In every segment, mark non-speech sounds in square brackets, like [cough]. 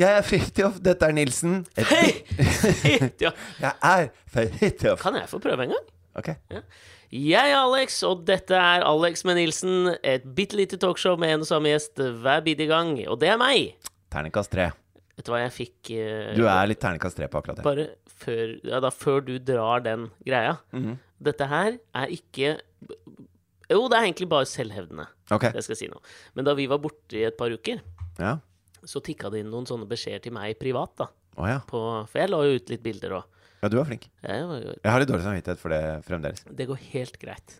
Jeg er Fridtjof, dette er Nilsen. Hei! [laughs] ja. [laughs] Jeg er Fridtjof. Kan jeg få prøve en gang? Ok. Jeg er Alex, og dette er Alex med Nilsen. Et bitte lite talkshow med en og samme gjest hver bidige gang. Og det er meg! Ternekast tre. Vet du hva jeg fikk eh, Du er litt ternekast tre på akkurat det. Bare før, ja, da, før du drar den greia. Mhm. Dette her er ikke Jo, det er egentlig bare selvhevdende. Ok. Det skal jeg si nå. Men da vi var borte i et par uker, Ja. så tikka det inn noen sånne beskjeder til meg privat. da Å ja. på, For jeg la jo ut litt bilder òg. Ja, du er flink. Jeg har litt dårlig samvittighet for det fremdeles. Det går helt greit.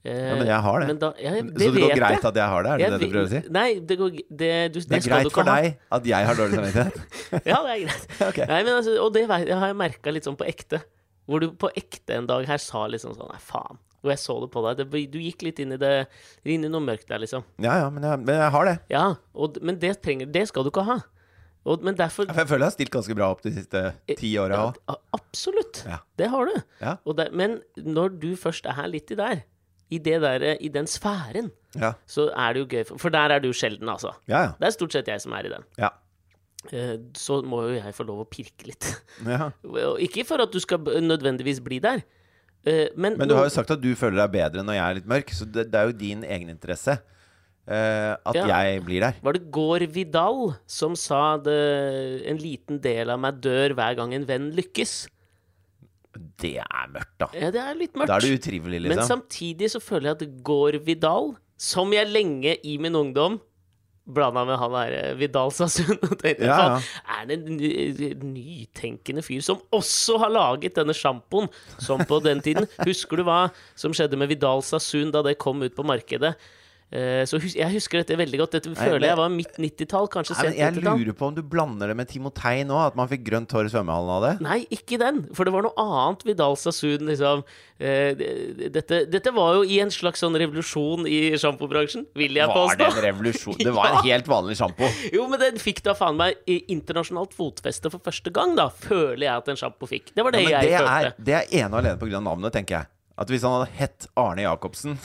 Eh, Ja, men jeg har det. Men da, ja, det Så det går vet greit jeg. at jeg har det? Er det Jeg det du vet- prøver å si? Nei, det, går, g- det, du, det, Det er skal du greit ikke for ha. deg at jeg har dårlig [laughs] samvittighet? Ja, det er greit. Ok. Nei, men altså, og det vet- har jeg merka litt sånn på ekte. Hvor du på ekte en dag her sa liksom sånn Nei, faen. Og jeg så det på deg. Det, ble- du gikk litt inn i det Inn i noe mørkt der, liksom. Ja ja, men jeg, men jeg har det. Ja, og, d- men det trenger Det skal du ikke ha. Og, men derfor For jeg føler jeg har stilt ganske bra opp de siste ti åra Eh, Ja, òg. a- Absolutt. Ja. Det har du. Ja. Og det, men når du først er her litt i der, i, det der, i den sfæren, Ja. så er det jo gøy. for- For der er du sjelden, altså. Ja, Det er stort sett jeg som er i den. ja. Eh, Så må jo jeg få lov å pirke litt. [laughs] ja. ja. Og Ikke for at du skal b- nødvendigvis bli der, eh, men, Men du har jo sagt at du føler deg bedre når jeg er litt mørk, så det, det er jo din egeninteresse eh, at Ja. jeg blir der. var det Gård Vidal som sa det, 'en liten del av meg dør hver gang en venn lykkes'? Det er mørkt, da. Ja, det er litt mørkt. Da er du utrivelig, Men liksom. samtidig så føler jeg at Gård Vidal, som jeg lenge i min ungdom Blanda med han der eh, Vidal Sassoon. [laughs] og tenkte, Ja, ja. "Faen, Er det en ny- nytenkende fyr som også har laget denne sjampoen? Som på den [laughs] tiden Husker du hva som skjedde med Vidal Sassoon da det kom ut på markedet? Eh, Så hus jeg husker dette veldig godt. Dette føler men- jeg var midt 90-tall, kanskje Nei, sent men jeg 90-tall. lurer på om du blander det med Timotei nå, at man fikk grønt hår i svømmehallen av det. Nei, ikke den. For det var noe annet Vidal Sassoon, liksom. Eh, det- dette, dette var jo i en slags sånn revolusjon i sjampobransjen, vil jeg Var det påstå. en [laughs] revolusjon? Det var en helt vanlig sjampo. Jo, men den fikk da faen meg i internasjonalt fotfeste for første gang, da. Føler jeg at en sjampo fikk. Det var det Ja, men jeg det, er, følte. det er ene og alene pga. navnet, tenker jeg. At hvis han hadde hett Arne Jacobsen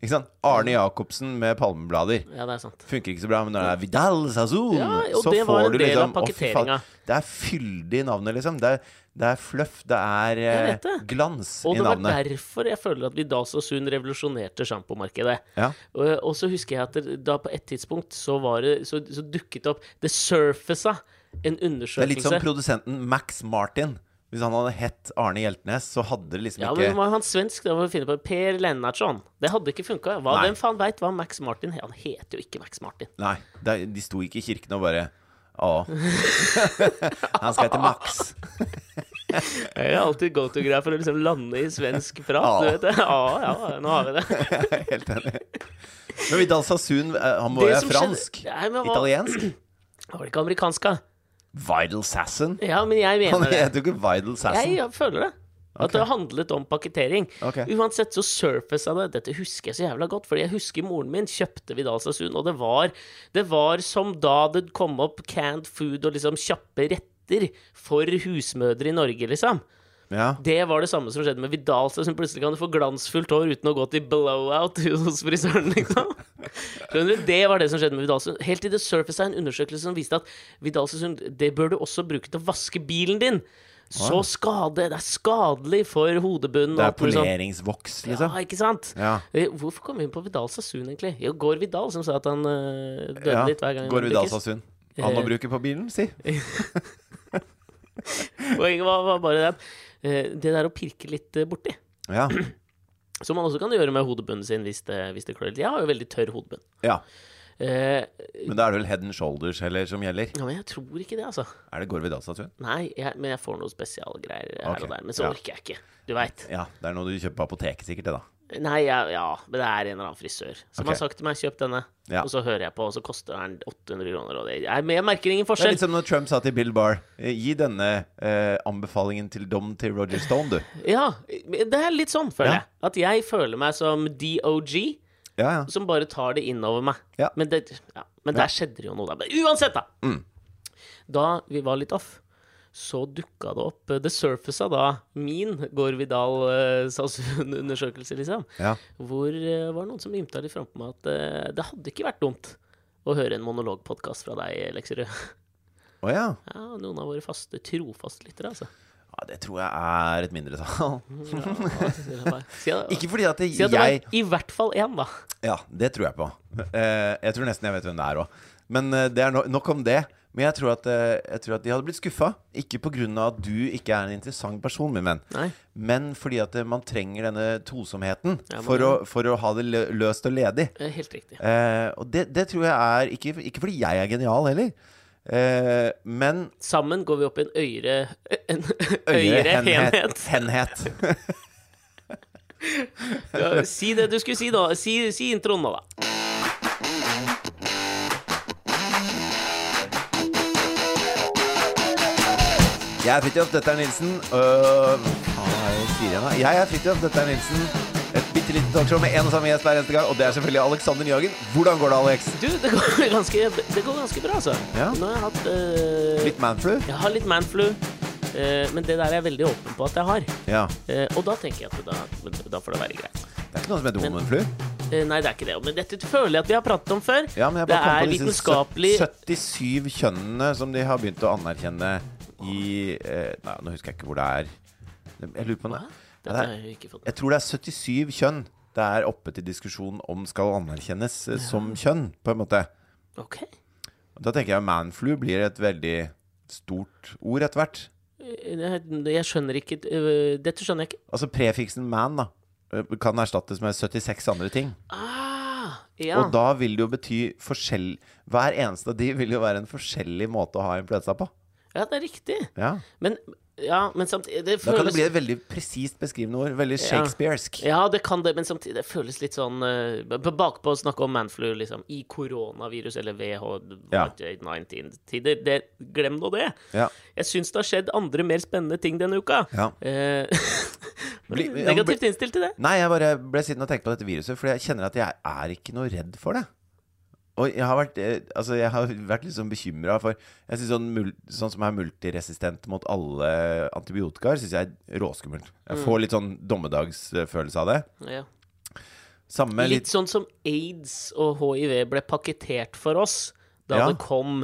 ikke sant? Arne Jacobsen med palmeblader. Ja, det er sant. Funker ikke så bra, men når det er Vidal Sazon, Ja, og det var en del av liksom- å, fy faen, pakketeringen. Det er fyldig i navnet, liksom. Det er, det er fluff, det er eh, Jeg vet det. glans Og i det var navnet. derfor jeg føler at Vidal Sassoon revolusjonerte sjampomarkedet. Ja. Og, og så husker jeg at det, da på et tidspunkt så, var det, så, så dukket det opp Det surfacet en Det er litt som undersøkelse. produsenten Max Martin. Hvis han hadde hett Arne Hjeltnes, så hadde det liksom Ja, ikke men var han svensk? Da må vi finne på Per Lennartson. Det hadde ikke funka. Nei. Hvem faen veit hva Max Martin het? Han heter jo ikke Max Martin. Nei, det, er- de sto ikke i kirken og bare Å. [laughs] Han skal hete Max. [laughs] Det er alltid go to-greier for å liksom lande i svensk prat. Ja. Du vet det. Ja, ja, nå har vi det. Jeg er Helt enig. Men Vidal Sassoon, eh, han må Det jo være som fransk? skjedde- Nei, men hva- Italiensk? Var det ikke amerikansk, da? Vidal Sasson? Ja, men jeg Han mener det. heter jo ikke Vidal Jeg, Sasson. jeg føler det. At Ok. det handlet om pakkettering. Ok. Uansett så surfacet det. Dette husker jeg så jævla godt, fordi jeg husker moren min kjøpte Vidal Sassoon, og det var, det var som da det kom opp canned food og liksom kjappe retter for husmødre i Norge, liksom. Ja. Det var det samme som skjedde med Vidal Sassoon. Plutselig kan du få glansfullt hår uten å gå til blowout [laughs] hos frisøren, liksom. Skjønner du? Det var det som skjedde med Vidal Sassoon. Helt til det surfacet en undersøkelse som viste at Vidal Sassoon, det bør du også bruke til å vaske bilen din. Så skade, det er skadelig for hodebunnen. Det og er alt mulig sånt. poleringsvoks, liksom. Ja, ikke sant? Ja. Eh, Hvorfor kom vi inn på Vidal Sassoon, egentlig? Jo, Gård Vidal, som sa at han eh, døde Ja. litt hver gang Går han Vidal lykkes. Sassoon. Han må Eh. bruke på bilen, si. [laughs] Poenget var, var bare det at eh, det der å pirke litt eh, borti Ja. Som man også kan gjøre med hodebunnen sin hvis det, hvis det klør litt. Jeg har jo veldig tørr hodebunn. ja. Eh, Men da er det vel head and shoulders heller som gjelder? ja, men jeg tror ikke det, altså. Er det Går Vidal Sassoon? Nei, jeg, men jeg får noen spesialgreier her Ok, og der. Men så ja. orker jeg ikke. Du veit. Ja, det er noe du kjøper på apoteket, sikkert, det, da. Nei, jeg, ja, men det er en eller annen frisør Ok. som har sagt til meg 'kjøp denne', Ja. og så hører jeg på, og så koster den 800 kroner, og det jeg, men jeg merker ingen Det er forskjell. litt som når Trump sa til Bill Barr eh, Gi denne eh, anbefalingen til dom til Roger Stone, du. Ja, men det er litt sånn, føler sånn. Ja. jeg. At jeg føler meg som DOG. Ja, ja. som bare tar det innover meg. Ja. Mm. Men, det, ja, men der skjedde det jo noe, da. Men uansett, da! Da vi var litt off, så dukka det opp eh, The Surface av da min Gård Vidal eh, Sassoon-undersøkelse, liksom. ja. Hvor eh, var det noen som ymta litt frampå meg at eh, det hadde ikke vært dumt å høre en monologpodkast fra deg, Lekserud. Å ja. Ja, noen av våre faste, trofaste lyttere, altså. ja. Det tror jeg er et mindretall. Ja, si at, [laughs] Ikke fordi at det, si at det jeg var i hvert fall én, da. Ja, det tror jeg på. Eh, jeg tror nesten jeg vet hvem det er òg. Men eh, det er no nok om det. Men jeg tror at, eh, jeg tror at de hadde blitt skuffa. Ikke pga. at du ikke er en interessant person, min venn, Nei. men fordi at eh, man trenger denne tosomheten Ja, man for, å, for å ha det lø- løst og ledig. eh, Helt riktig. Eh, og det, det tror jeg er ikke, ikke fordi jeg er genial heller, eh, men Sammen går vi opp i en øyere En øye, [laughs] øyere henhet. enhet. henhet. Ja, si det du skulle si, da. Si, si introen nå, da. Jeg er Fridtjof, dette er Nilsen. Øh, faen, hva er det jeg sier igjen da? Jeg er Fridtjof, dette er Nilsen. Et bitte lite talkshow med én og samme gjest hver eneste gang, og det er selvfølgelig Alexander Nyhagen. Hvordan går det, Alex? Du, det går [laughs] ganske, det går ganske bra, altså. Ja. Nå har jeg hatt eh, Litt manflu? Jeg har litt manflu, eh, men det der er jeg veldig åpen på at jeg har. Ja. Eh, og da tenker jeg at da, da får det være greit. Det er ikke noe som heter homonflu. Eh, nei, det er ikke det. Men dette føler jeg at vi har pratet om før. Ja, men jeg det bare kom er på disse vitenskapelig 77 kjønnene som de har begynt å anerkjenne i eh, Nei, nå husker jeg ikke hvor det er. Jeg lurer på det. Dette har jeg ikke fått med. Jeg tror det er 77 kjønn det er oppe til diskusjon om skal anerkjennes eh, som kjønn, på en måte. Ok. Da tenker jeg manflu blir et veldig stort ord etter hvert. Jeg, jeg skjønner ikke eh, Dette skjønner jeg ikke. Altså prefiksen man da eh, kan erstattes med 76 andre ting. Ah, ja. Og da vil det jo bety forskjell Hver eneste av de vil jo være en forskjellig måte å ha influensa på. ja, det er riktig. Ja. Men, ja, men samtidig det Da kan det føles- bli et veldig presist beskrivende ord. Veldig shakespearsk. Ja, det kan det, men samtidig det føles litt sånn eh, b- Bakpå å snakke om manflu liksom, i koronavirus eller Ja. VH19-tider. Glem nå det. Ja. Jeg syns det har skjedd andre mer spennende ting denne uka. Ja. Eh, [laughs] Bli- negativt innstilt til det. Nei, jeg bare ble sittende og tenke på dette viruset, for jeg kjenner at jeg er ikke noe redd for det. Og jeg har vært, eh, altså jeg har [laughs] vært litt sånn bekymra for jeg synes sånn, mul- sånn som er multiresistent mot alle antibiotikaer, syns jeg er råskummelt. Jeg får litt sånn dommedagsfølelse av det. Ja. Samme Litt litt sånn som aids og hiv ble pakketert for oss da Ja. det kom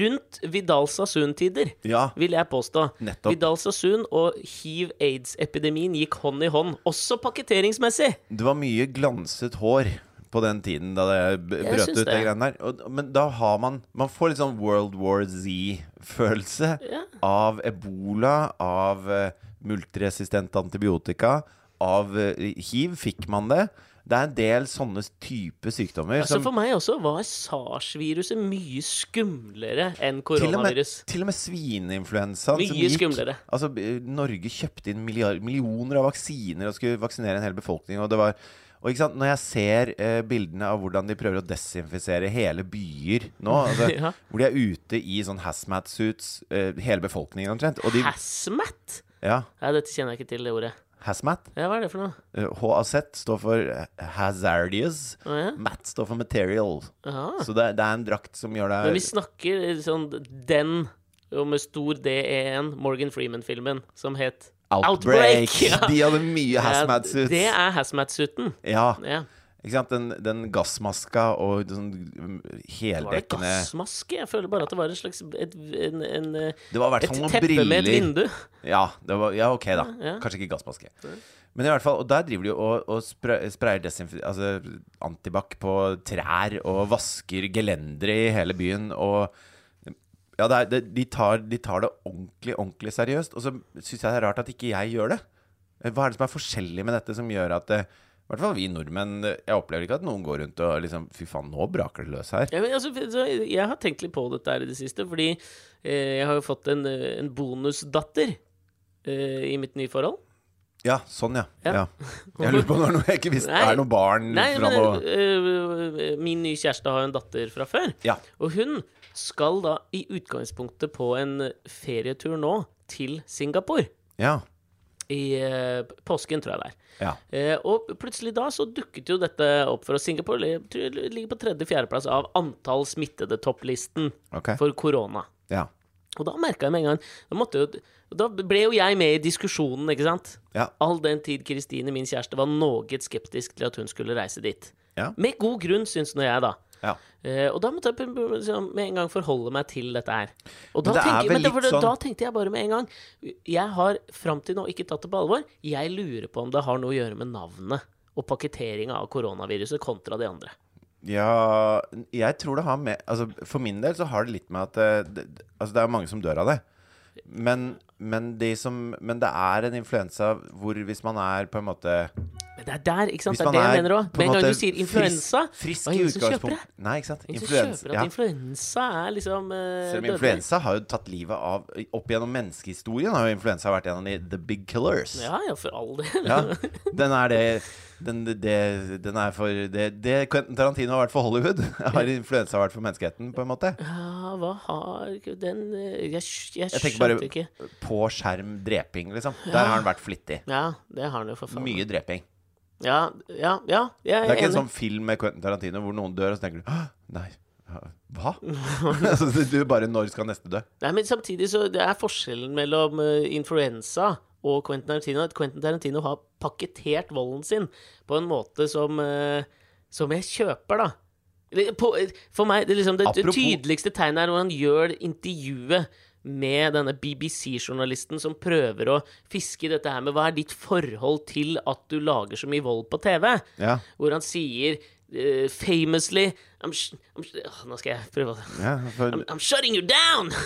rundt Vidalsasund-tider, Ja, vil jeg påstå. Nettopp. Vidalsasund og hiv-aids-epidemien gikk hånd i hånd, også pakketteringsmessig. det var mye glanset hår på den tiden da det b- Jeg brøt ut, syns det det. greiene der. Og, men da har man Man får litt sånn World War Z-følelse. Ja. av ebola, av eh, multiresistent antibiotika, av eh, hiv fikk man det. Det er en del sånne type sykdommer Altså som For meg også var sars-viruset mye skumlere enn til og med, koronavirus. til og med svineinfluensaen som Mye skumlere. Altså, eh, Norge kjøpte inn milliard, millioner av vaksiner og skulle vaksinere en hel befolkning. Og det var og ikke sant, Når jeg ser eh, bildene av hvordan de prøver å desinfisere hele byer [laughs] nå altså, Ja. Hvor de er ute i sånn hazmat-suits, eh, hele befolkningen omtrent. Og de, Hazmat? ja, Nei, dette kjenner jeg ikke til, det ordet. hazmat. Ja, hva er det for noe? Eh, HAZ står for eh, hazardous. Å, ja. Mat står for material. Aha. Så det, er- det er en drakt som gjør Men vi deg snakker eh, sånn den, og med stor D-E-N, Morgan Freeman-filmen, som het Outbreak! Ja. De hadde mye Ja, hazmat suits. det er hazmat-suiten. Ja, Ja. ikke sant? Den, den gassmaska og sånn mm, Var det heldekkende gassmaske? Jeg føler bare at det var en slags et, en, en, eh, Det var i hvert et fall noen teppe med et briller. vindu. Ja, det var, ja, ok, da. Ja. Kanskje ikke gassmaske. Men i hvert fall, og der driver de jo og, og spre- sprayer desinf- altså, antibac på trær og vasker gelendere i hele byen. Og ja, det er, det, de, tar, de tar det ordentlig, ordentlig seriøst. Og så syns jeg det er rart at ikke jeg gjør det. Hva er det som er forskjellig med dette som gjør at eh, I hvert fall vi nordmenn eh, Jeg opplever ikke at noen går rundt og liksom Fy faen, nå braker det løs her. Ja, men altså, så jeg har tenkt litt på dette her i det siste, fordi eh, jeg har jo fått en, eh, en bonusdatter eh, i mitt nye forhold. Ja, sånn, ja. Ja. ja. [laughs] Jeg lurer på om det er noe jeg ikke visste. Nei. Er det noen barn Nei, fra men noe eh, eh, min nye kjæreste har jo en datter fra før. Ja. Og hun skal da i utgangspunktet på en ferietur nå til Singapore. Ja. I eh, påsken, tror jeg det er. ja. Eh, og plutselig da så dukket jo dette opp for oss. Singapore li- tror jeg ligger på tredje-fjerdeplass av antall smittede-topplisten Ok. for korona. Ja. Og da merka jeg med en gang da, måtte jo, da ble jo jeg med i diskusjonen, ikke sant? Ja. All den tid Kristine, min kjæreste, var noe skeptisk til at hun skulle reise dit. Ja. Med god grunn, syns nå jeg, da. Ja. Eh, og da måtte jeg liksom med en gang forholde meg til dette her. Og da, Men det er tenker, vel men da, litt for, da- sånn- da tenkte jeg bare med en gang Jeg har fram til nå ikke tatt det på alvor. Jeg lurer på om det har noe å gjøre med navnet og pakketteringa av koronaviruset kontra de andre. Ja, jeg tror det har med altså, For min del så har det litt med at eh, det, det- altså, det er mange som dør av det. Men, men, de som, men det er en influensa hvor hvis man er på en måte Men det er der, ikke sant? Hvis Det man er det jeg er mener òg. på en Med en gang måte du sier frisk- influensa frisk Hva i er det som kjøper utgangspunktet Nei, ikke sant? Ingen som Influensa. kjøper at eh, Ja. influensa er liksom eh, Selv om dødelig. influensa har jo tatt livet av Opp gjennom menneskehistorien har jo influensa vært en av de the big killers. Ja, ja, for all del. Ja, den er det Den, det, den er for det, det Quentin Tarantino har vært for Hollywood, [laughs] har influensa vært for menneskeheten, på en måte. Ja, hva har den eh, Jeg, skj- jeg Jeg tenker skjønte bare- ikke. På skjerm dreping, liksom. Der har han vært flittig. Ja, det har han jo for faen. Mye dreping. Ja, ja, ja Det jeg er, er ikke en enig. sånn film med Quentin Tarantino hvor noen dør, og så tenker du «Hå, Nei, [laughs] hva? [laughs] altså, du bare Når skal neste dø? Nei, men samtidig så det er forskjellen mellom eh, influensa og Quentin Tarantino at Quentin Tarantino har pakketert volden sin på en måte som, eh, som jeg kjøper, da. Eller, På, eh, for meg, det, er liksom, det, det Apropos- tydeligste tegnet er når han gjør intervjuet med denne BBC-journalisten som prøver å fiske i dette her med hva er ditt forhold til at du lager så mye vold på TV? Ja, Hvor han sier eh, famously I'm, sh- I'm, sh- Åh, Nå skal jeg prøve å ja for, I'm, I'm shutting you down! [laughs]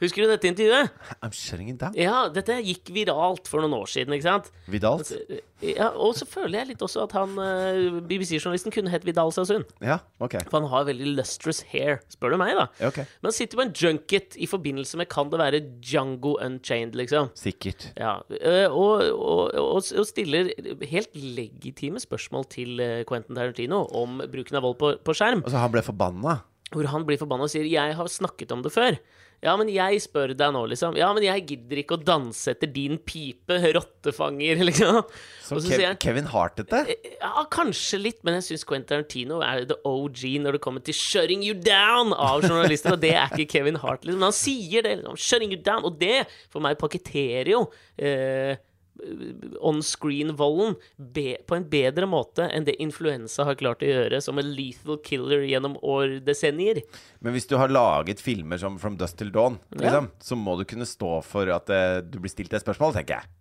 Husker du dette intervjuet? I'm shutting it down. Ja, dette gikk viralt for noen år siden, ikke sant? Vidalt. Altså, Ja, og så føler jeg litt også at han eh, BBC-journalisten kunne hett Vidal Sassoon. Ja, ok. For han har veldig lustrous hair, spør du meg, da. Ja, ok. Men han sitter på en junket i forbindelse med Kan det være Django Unchained, liksom? Sikkert. Ja, eh, og, og, og, og stiller helt legitime spørsmål til eh, Quentin Tarantino om bruken av vold på, på skjerm. Og så han ble forbanna. Hvor han blir forbanna og sier 'Jeg har snakket om det før'. Ja, men jeg spør deg nå, liksom. Ja, men jeg gidder ikke å danse etter din pipe, rottefanger, [laughs] liksom. Som Og så Kev sier jeg- Kevin Hart-ete. Ja, kanskje litt, men jeg syns Quentin Tarantino er the OG når det kommer til 'shutting you down' av journalister, og det er ikke Kevin Hart, liksom. Men han sier det, liksom. 'Shutting you down'. Og det, for meg, paketterer jo eh, on-screen-volden be- på en bedre måte enn det influensa har klart å gjøre som en lethal killer gjennom år, desennier. Men hvis du har laget filmer som From Dust Till Dawn, liksom, så må du kunne stå for at eh, du blir stilt det spørsmålet, tenker jeg.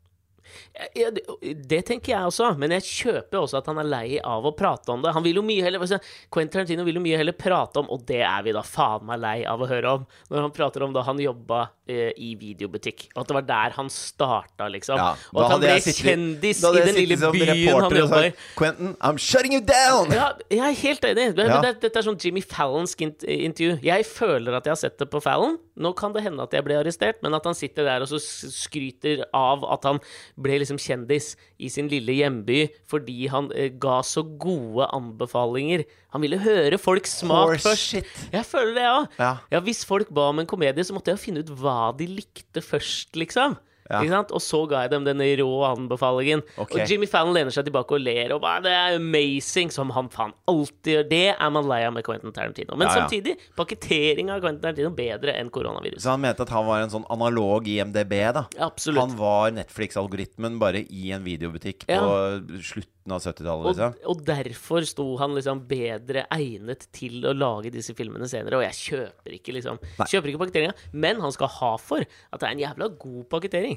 Ja, det, det tenker jeg også, men jeg kjøper jo også at han er lei av å prate om det. Han vil jo mye heller altså, Quentin Tarantino vil jo mye heller prate om, og det er vi da faen meg lei av å høre om, når han prater om da han jobba eh, i videobutikk, og at det var der han starta, liksom. Ja, og da at han hadde ble jeg sittet- kjendis da hadde i jeg den lille sittet som byen reporter han og jobba i. sagt, Quentin, I'm shutting you down! Ja, jeg er helt enig. Men Ja. det, dette er sånn Jimmy Fallonsk int- intervju. Jeg føler at jeg har sett det på Fallon. Nå kan det hende at jeg ble arrestert, men at han sitter der og så s- skryter av at han ble liksom kjendis i sin lille hjemby fordi han eh, ga så gode anbefalinger. Han ville høre folks smak Horse først. shit. Jeg føler det, jeg Ja. òg. Ja, hvis folk ba om en komedie, så måtte jeg jo finne ut hva de likte først, liksom. Ja. Ikke sant? Og så ga jeg dem den rå anbefalingen. Ok. Og Jimmy Fallon lener seg tilbake og ler. Og bare, det er amazing, som han faen alltid gjør. Det er man lei av med Quentin Tarantino. Men Ja, ja. samtidig, pakketering av Quentin Tarantino bedre enn koronavirus. Så han mente at han var en sånn analog IMDb, da. Absolutt. Han var Netflix-algoritmen bare i en videobutikk på Ja. slutten av 70-tallet, Og, liksom. og derfor sto han liksom bedre egnet til å lage disse filmene senere. Og jeg kjøper ikke liksom Kjøper ikke pakketteringa. Men han skal ha for at det er en jævla god pakkettering.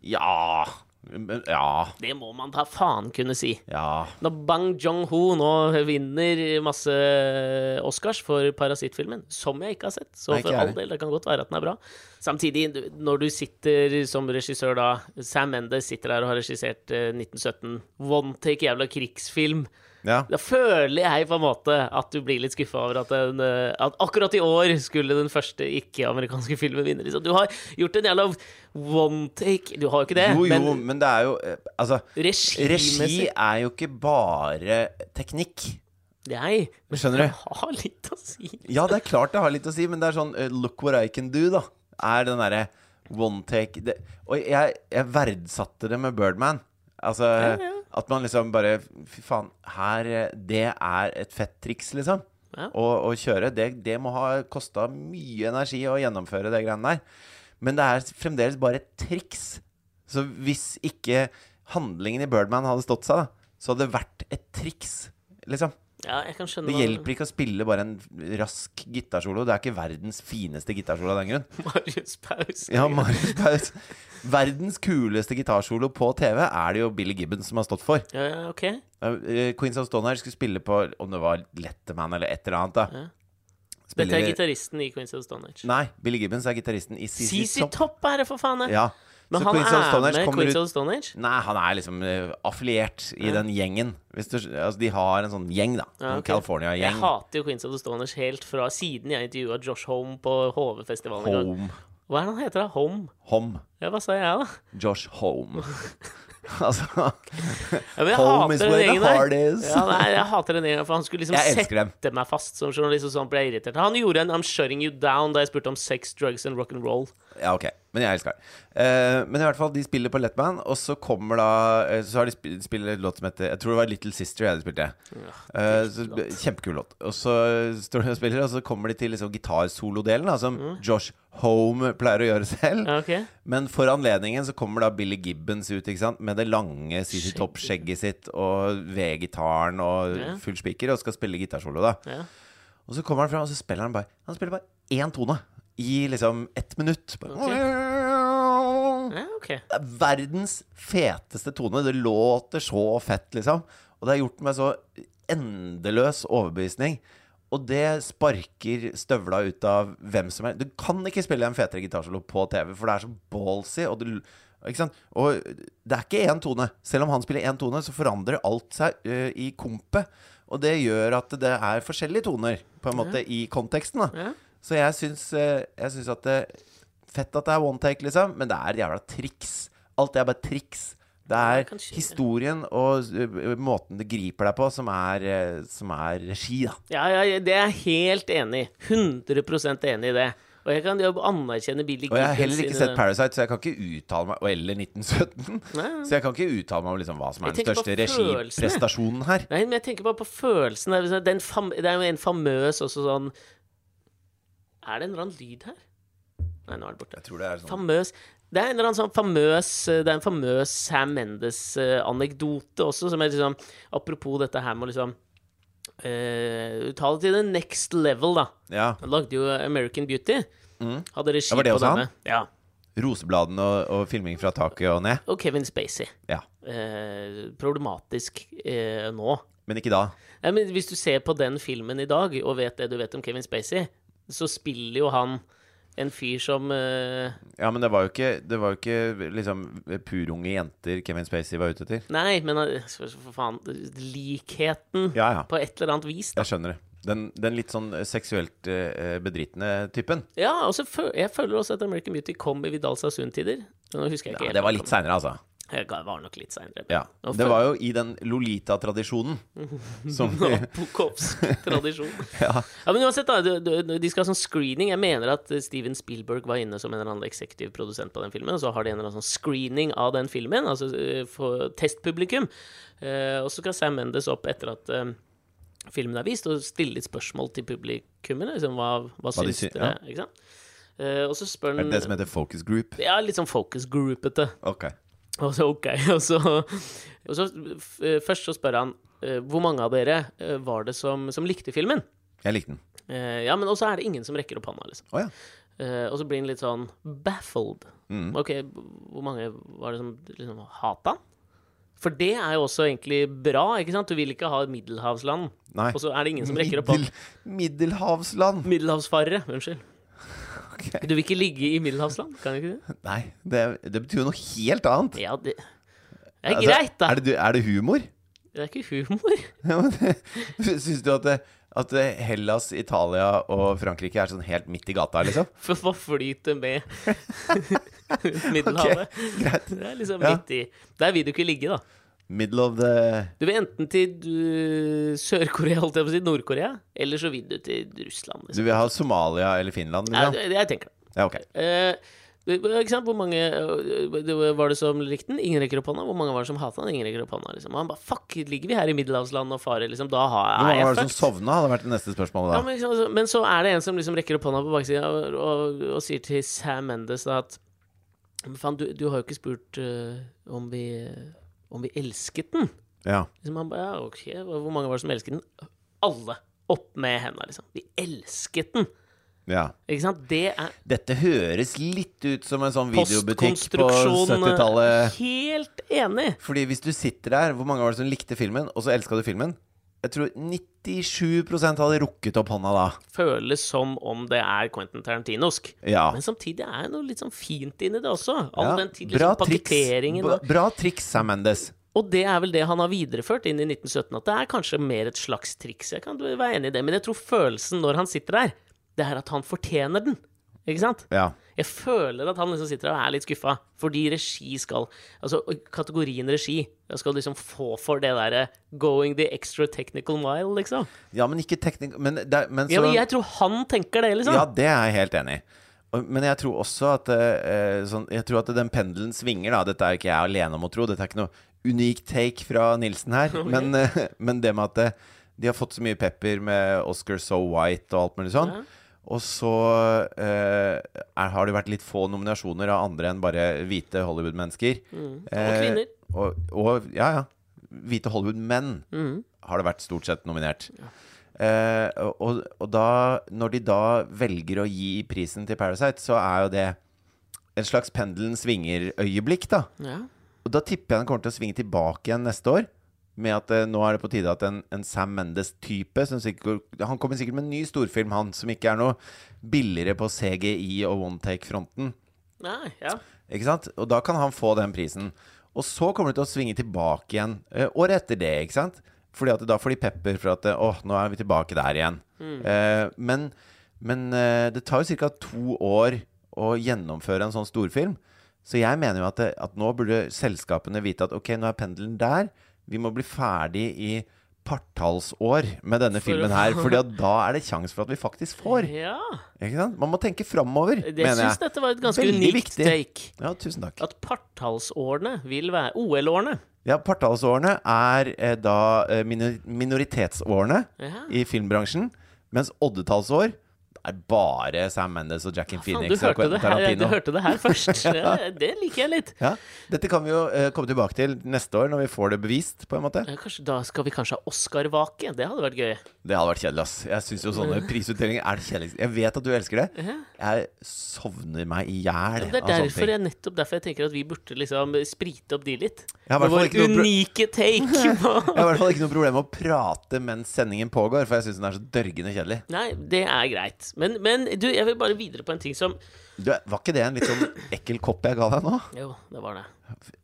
Ja men- Ja. Det må man da faen kunne si. Ja. Når Bang Jong-ho nå vinner masse Oscars for Parasittfilmen, som jeg ikke har sett, så Nei, ikke for jeg all heller. del, det kan godt være at den er bra. Samtidig, du- når du sitter som regissør da Sam Mendes sitter der og har regissert eh, 1917, one take jævla krigsfilm. ja. Da føler jeg på en måte at du blir litt skuffa over at, den, eh, at akkurat i år skulle den første ikke-amerikanske filmen vinne. Liksom. Du har gjort en jævla one take Du har jo ikke det, Jo, jo, men men det er jo eh, Altså, regi regimessig er jo ikke bare teknikk. Nei, men Skjønner du? det har litt å si. Ja, det er klart det har litt å si, men det er sånn eh, Look what I can do, da. Er den derre one take det, Og jeg, jeg verdsatte det med Birdman. Altså at man liksom bare Fy faen, her eh, Det er et fett triks, liksom. Ja. Å, å kjøre. Det, det må ha kosta mye energi å gjennomføre det greiene der. Men det er fremdeles bare et triks. Så hvis ikke handlingen i Birdman hadde stått seg, da, så hadde det vært et triks, liksom. Ja, jeg kan skjønne Det hva- hjelper ikke å spille bare en rask gitarsolo. Det er ikke verdens fineste gitarsolo av den grunn. Marius Paus. Ja, [laughs] Marius Paus. Verdens kuleste gitarsolo på TV er det jo Billy Gibbons som har stått for. Ja, ja, ok. Eh, Queens of Stone skulle spille på om det var Letterman eller et eller annet. da Ja. Dette er Spiller- gitaristen i Queens of Stone Age. Nei, Billy Gibbons er gitaristen i CC CC Top. Topp er det, for faen! Ja. Men Så han Queens of er Stone med Age kommer Queens ut of Stone Age? Nei, han er liksom eh, affiliert i Ja. den gjengen. Hvis du, altså, de har en sånn gjeng, da. Ja, ok. En California-gjeng. Jeg hater jo Queens of the Stoners helt fra siden jeg intervjua Josh Home på HV-festivalen. i gang. Home. Hva er det han heter, da? Home? Home. Ja, hva sa jeg, da? Josh Home. [laughs] altså Ja, men jeg Home hater is where den the gjengen der. heart is. Ja, nei, jeg hater den gjengen, for han skulle liksom Jeg elsker sette meg fast som journalist, og sånn ble jeg irritert. Han gjorde en I'm shutting you down da jeg spurte om sex, drugs and rock and roll. Ja, ok. Men jeg elsker det. Eh, men i hvert fall, de spiller på Letman, og så kommer da eh, Så har de sp spiller et låt som heter Jeg tror det var Little Sister jeg spilte. Eh, så, låt. kjempekul låt. Og så står de og spiller, og så kommer de til liksom gitarsolodelen, da, som Josh Home pleier å gjøre selv. Mm. Ja, ok. Men for anledningen så kommer da Billy Gibbons ut, ikke sant, med det lange CC Skjegg. Topp-skjegget sitt og V-gitaren og Ja. full spiker, og skal spille gitarsolo, da. Ja. Og så kommer han fram, og så spiller han bare Han spiller bare én tone i liksom ett minutt. Bare, Ja, ok. Det er verdens feteste tone. Det låter så fett, liksom. Og det har gjort meg så endeløs overbevisning. Og det sparker støvla ut av hvem som helst. Du kan ikke spille en fetere gitarsolo på TV, for det er så ballsy. Og, det, ikke sant? og det er ikke én tone. Selv om han spiller én tone, så forandrer alt seg ø, i kompet. Og det gjør at det er forskjellige toner, på en måte, i konteksten. da Ja. så jeg syns, eh, jeg syns at det Fett at det er one take, liksom, men det er jævla triks. Alt er bare triks. Det jeg er kan skjønne. historien og eh, måten det griper deg på, som er, eh, som er regi, da. Ja, ja, ja, det er jeg helt enig i. 100 enig i det. Og jeg kan jo anerkjenne Billy Og jeg har Gibbons heller ikke sine- sett Parasite, så jeg kan ikke uttale meg og Eller 1917. Nei. Så jeg kan ikke uttale meg om liksom hva som er Jeg den tenker på største følelsene. regiprestasjonen her. Nei, men jeg tenker bare på følelsen. der. Det er, en fam det er jo en famøs også sånn Er det en eller annen lyd her? Nei, nå er den borte. Jeg tror det er sånn Famøs Det er en eller annen sånn famøs Det er en famøs Sam Mendes-anekdote også, som er liksom Apropos dette her med å liksom eh, Ta det til the next level, da. Ja. Han lagde jo American Beauty. Hadde regi Mm. Ja, var det på også han? denne. Ja. Rosebladene og, og filming fra taket og ned. Og Kevin Spacey. Ja. Eh, problematisk eh, nå. Men ikke da. Nei, men hvis du ser på den filmen i dag, og vet det du vet om Kevin Spacey, så spiller jo han en fyr som eh, Ja, men det var jo ikke, det var jo ikke liksom purunge jenter Kevin Spacey var ute etter. Nei, men eh, for for faen Likheten Ja, ja. på et eller annet vis, da. Jeg skjønner det. Den, den litt sånn eh, seksuelt eh, bedritne typen. Ja, og så fø- jeg føler også at American Beauty kom i Vidal Sassoon-tider. Nå husker jeg ikke Ja, helt. det var litt seinere, altså. Jeg ga- var nok litt seinere. Ja. Og Det før- var jo i den [laughs] Lolita-tradisjonen som Nabokovsk tradisjon. [laughs] Ja. ja, men uansett, da. du- du- De skal ha sånn screening. Jeg mener at eh, Steven Spielberg var inne som en eller annen eksekutiv produsent på den filmen, og så har de en eller annen sånn screening av den filmen, altså eh, for testpublikum. Eh, Og så skal Sam Mendes opp etter at eh, filmen er vist, og stille litt spørsmål til publikummene. Liksom, hva, hva, de syns sy- dere? Ikke sant? Eh, Og så [laughs] spør Er det han det som heter focus group? Ja, litt sånn focus-groupete. Ok. Og så ok, [laughs] og så, og så f- Først så spør han eh, hvor mange av dere eh, var det som, som likte filmen. Jeg likte den. Eh, ja, men også er det ingen som rekker opp hånda, liksom. Å ja. Eh, og så blir han litt sånn baffled. Mm. Ok, hvor mange var det som liksom hata han? For det er jo også egentlig bra, ikke sant? Du vil ikke ha et middelhavsland, Nei. og så er det ingen som [laughs] rekker opp hånda. Middelhavsland. [laughs] Middelhavsfarere, unnskyld. Ok. Du vil ikke ligge i middelhavsland, kan du ikke det? Nei, det, det betyr jo noe helt annet. Ja, det Det er Altså, greit, da. Er det, er det humor? [laughs] Det er ikke humor. Ja, men det- Syns du at, det, at det Hellas, Italia og Frankrike er sånn helt midt i gata, liksom? [laughs] For hva flyter med Middelhavet? greit. Det er liksom Ja. midt i Der vil du ikke ligge, da. Middle of the Du vil enten til du, Sør-Korea, holdt jeg på å si, Nord-Korea, eller så vil du til Russland. Du Liksom. vil ha Somalia eller Finland, Nei, liksom? det, det jeg tenker det. Ja, ok. Eh, ikke sant? Hvor mange eh, det var det som likte den? Ingen rekker opp hånda. Hvor mange var det som hata den? Ingen rekker opp hånda. Liksom. Og han bare Fuck, ligger vi her i middelhavsland og farer, liksom? Da har Hvor er mange jeg var det som fucked. sovna, hadde vært det neste spørsmålet da. Ja, men, liksom, altså, men så er det en som liksom rekker opp hånda på baksida og, og, og sier til Sam Mendes da at «Men Faen, du, du har jo ikke spurt eh, om, vi, om vi elsket den. Ja. Liksom han bare, ja, ok, hva- Hvor mange var det som elsket den? alle opp med henda, liksom. De elsket den. Ja. Ikke sant? Det er Dette høres litt ut som en sånn videobutikk på postkonstruksjon. eh. 70-tallet. Helt enig. Fordi hvis du sitter der, hvor mange var det som likte filmen, og så elska du filmen? Jeg tror 97 hadde rukket opp hånda da. Føles som om det er Quentin Tarantinosk. Ja. Men samtidig er det noe litt sånn fint inni det også. All Ja, den tid, liksom, paketteringen Bra, bra triks, Sam Mendes. Og det er vel det han har videreført inn i 1917, at det er kanskje mer et slags triks. Jeg kan være enig i det, men jeg tror følelsen når han sitter der, det er at han fortjener den. Ikke sant? Ja. Jeg føler at han liksom sitter der og er litt skuffa, fordi regi skal Altså, kategorien regi jeg skal liksom få for det derre going the extra technical mile, liksom. ja, men ikke teknikk... Men, det er- men så Ja, men jeg tror han tenker det, liksom. Ja, det er jeg helt enig i. Og- Men jeg tror også at eh, sånn, Jeg tror at den pendelen svinger, da. Dette er ikke jeg alene om å tro. Dette er ikke noe unik take fra Nilsen [laughs] her. Men, eh, men det med at eh, de har fått så mye pepper med Oscar So White og alt mulig sånn. Og så eh, er, har det vært litt få nominasjoner av andre enn bare hvite Hollywood-mennesker. Mm. Eh, kvinner. og, og ja, ja. Hvite Hollywood-menn har det vært stort sett nominert. Eh, og, og da, når de da velger å gi prisen til Parasite, så er jo det en slags pendelen svinger-øyeblikk, da. Ja. Og da tipper jeg den kommer til å svinge tilbake igjen neste år. Med at eh, nå er det på tide at en, en Sam Mendes-type som sikkert, Han kommer sikkert med en ny storfilm, han, som ikke er noe billigere på CGI og one-take-fronten. Nei, ja. Ikke sant? Og da kan han få den prisen. Og så kommer det til å svinge tilbake igjen eh, året etter det, ikke sant? Fordi at da får de pepper for at eh, åh, nå er vi tilbake der igjen. Mm. Eh, men men eh, det tar jo ca. to år å gjennomføre en sånn storfilm. Så jeg mener jo at, det, at nå burde selskapene vite at ok, nå er pendelen der. Vi må bli ferdig i partallsår med denne For å filmen her. Fordi at da er det sjanse for at vi faktisk får. ja. Ikke sant? Man må tenke framover, Det- Jeg mener syns jeg. dette var et ganske Veldig unikt viktig. take. Ja, tusen takk. At partallsårene vil være OL-årene. Ja, partallsårene er eh, da eh, minor- minoritetsårene Ja. i filmbransjen. Mens oddetallsår er bare Sam Mendes og Jackin Faen, Phoenix du og hørte Quentin det her, du Tarantino. hørte det her [laughs] først. ja, det liker jeg litt. Ja, dette kan vi jo eh, komme tilbake til neste år, når vi får det bevist, på en måte. Ja, kanskje, da skal vi kanskje ha Oscar-vake. Det hadde vært gøy. Det hadde vært kjedelig, ass. Jeg syns jo sånne prisutdelinger er det kjedeligste. Jeg vet at du elsker det. Jeg sovner meg i hjel av Det er sånne derfor ting. jeg, nettopp derfor jeg tenker at vi burde liksom sprite opp de litt. Ja, i hvert Med fall vår ikke noe pro- unike [laughs] take på Jeg har i hvert fall ikke noe problem med å prate mens sendingen pågår, for jeg syns den er så dørgende kjedelig. Nei, det er greit. Men, men du, jeg vil bare videre på en ting som Du, var ikke det en litt sånn ekkel kopp jeg ga deg nå? Jo, det var det.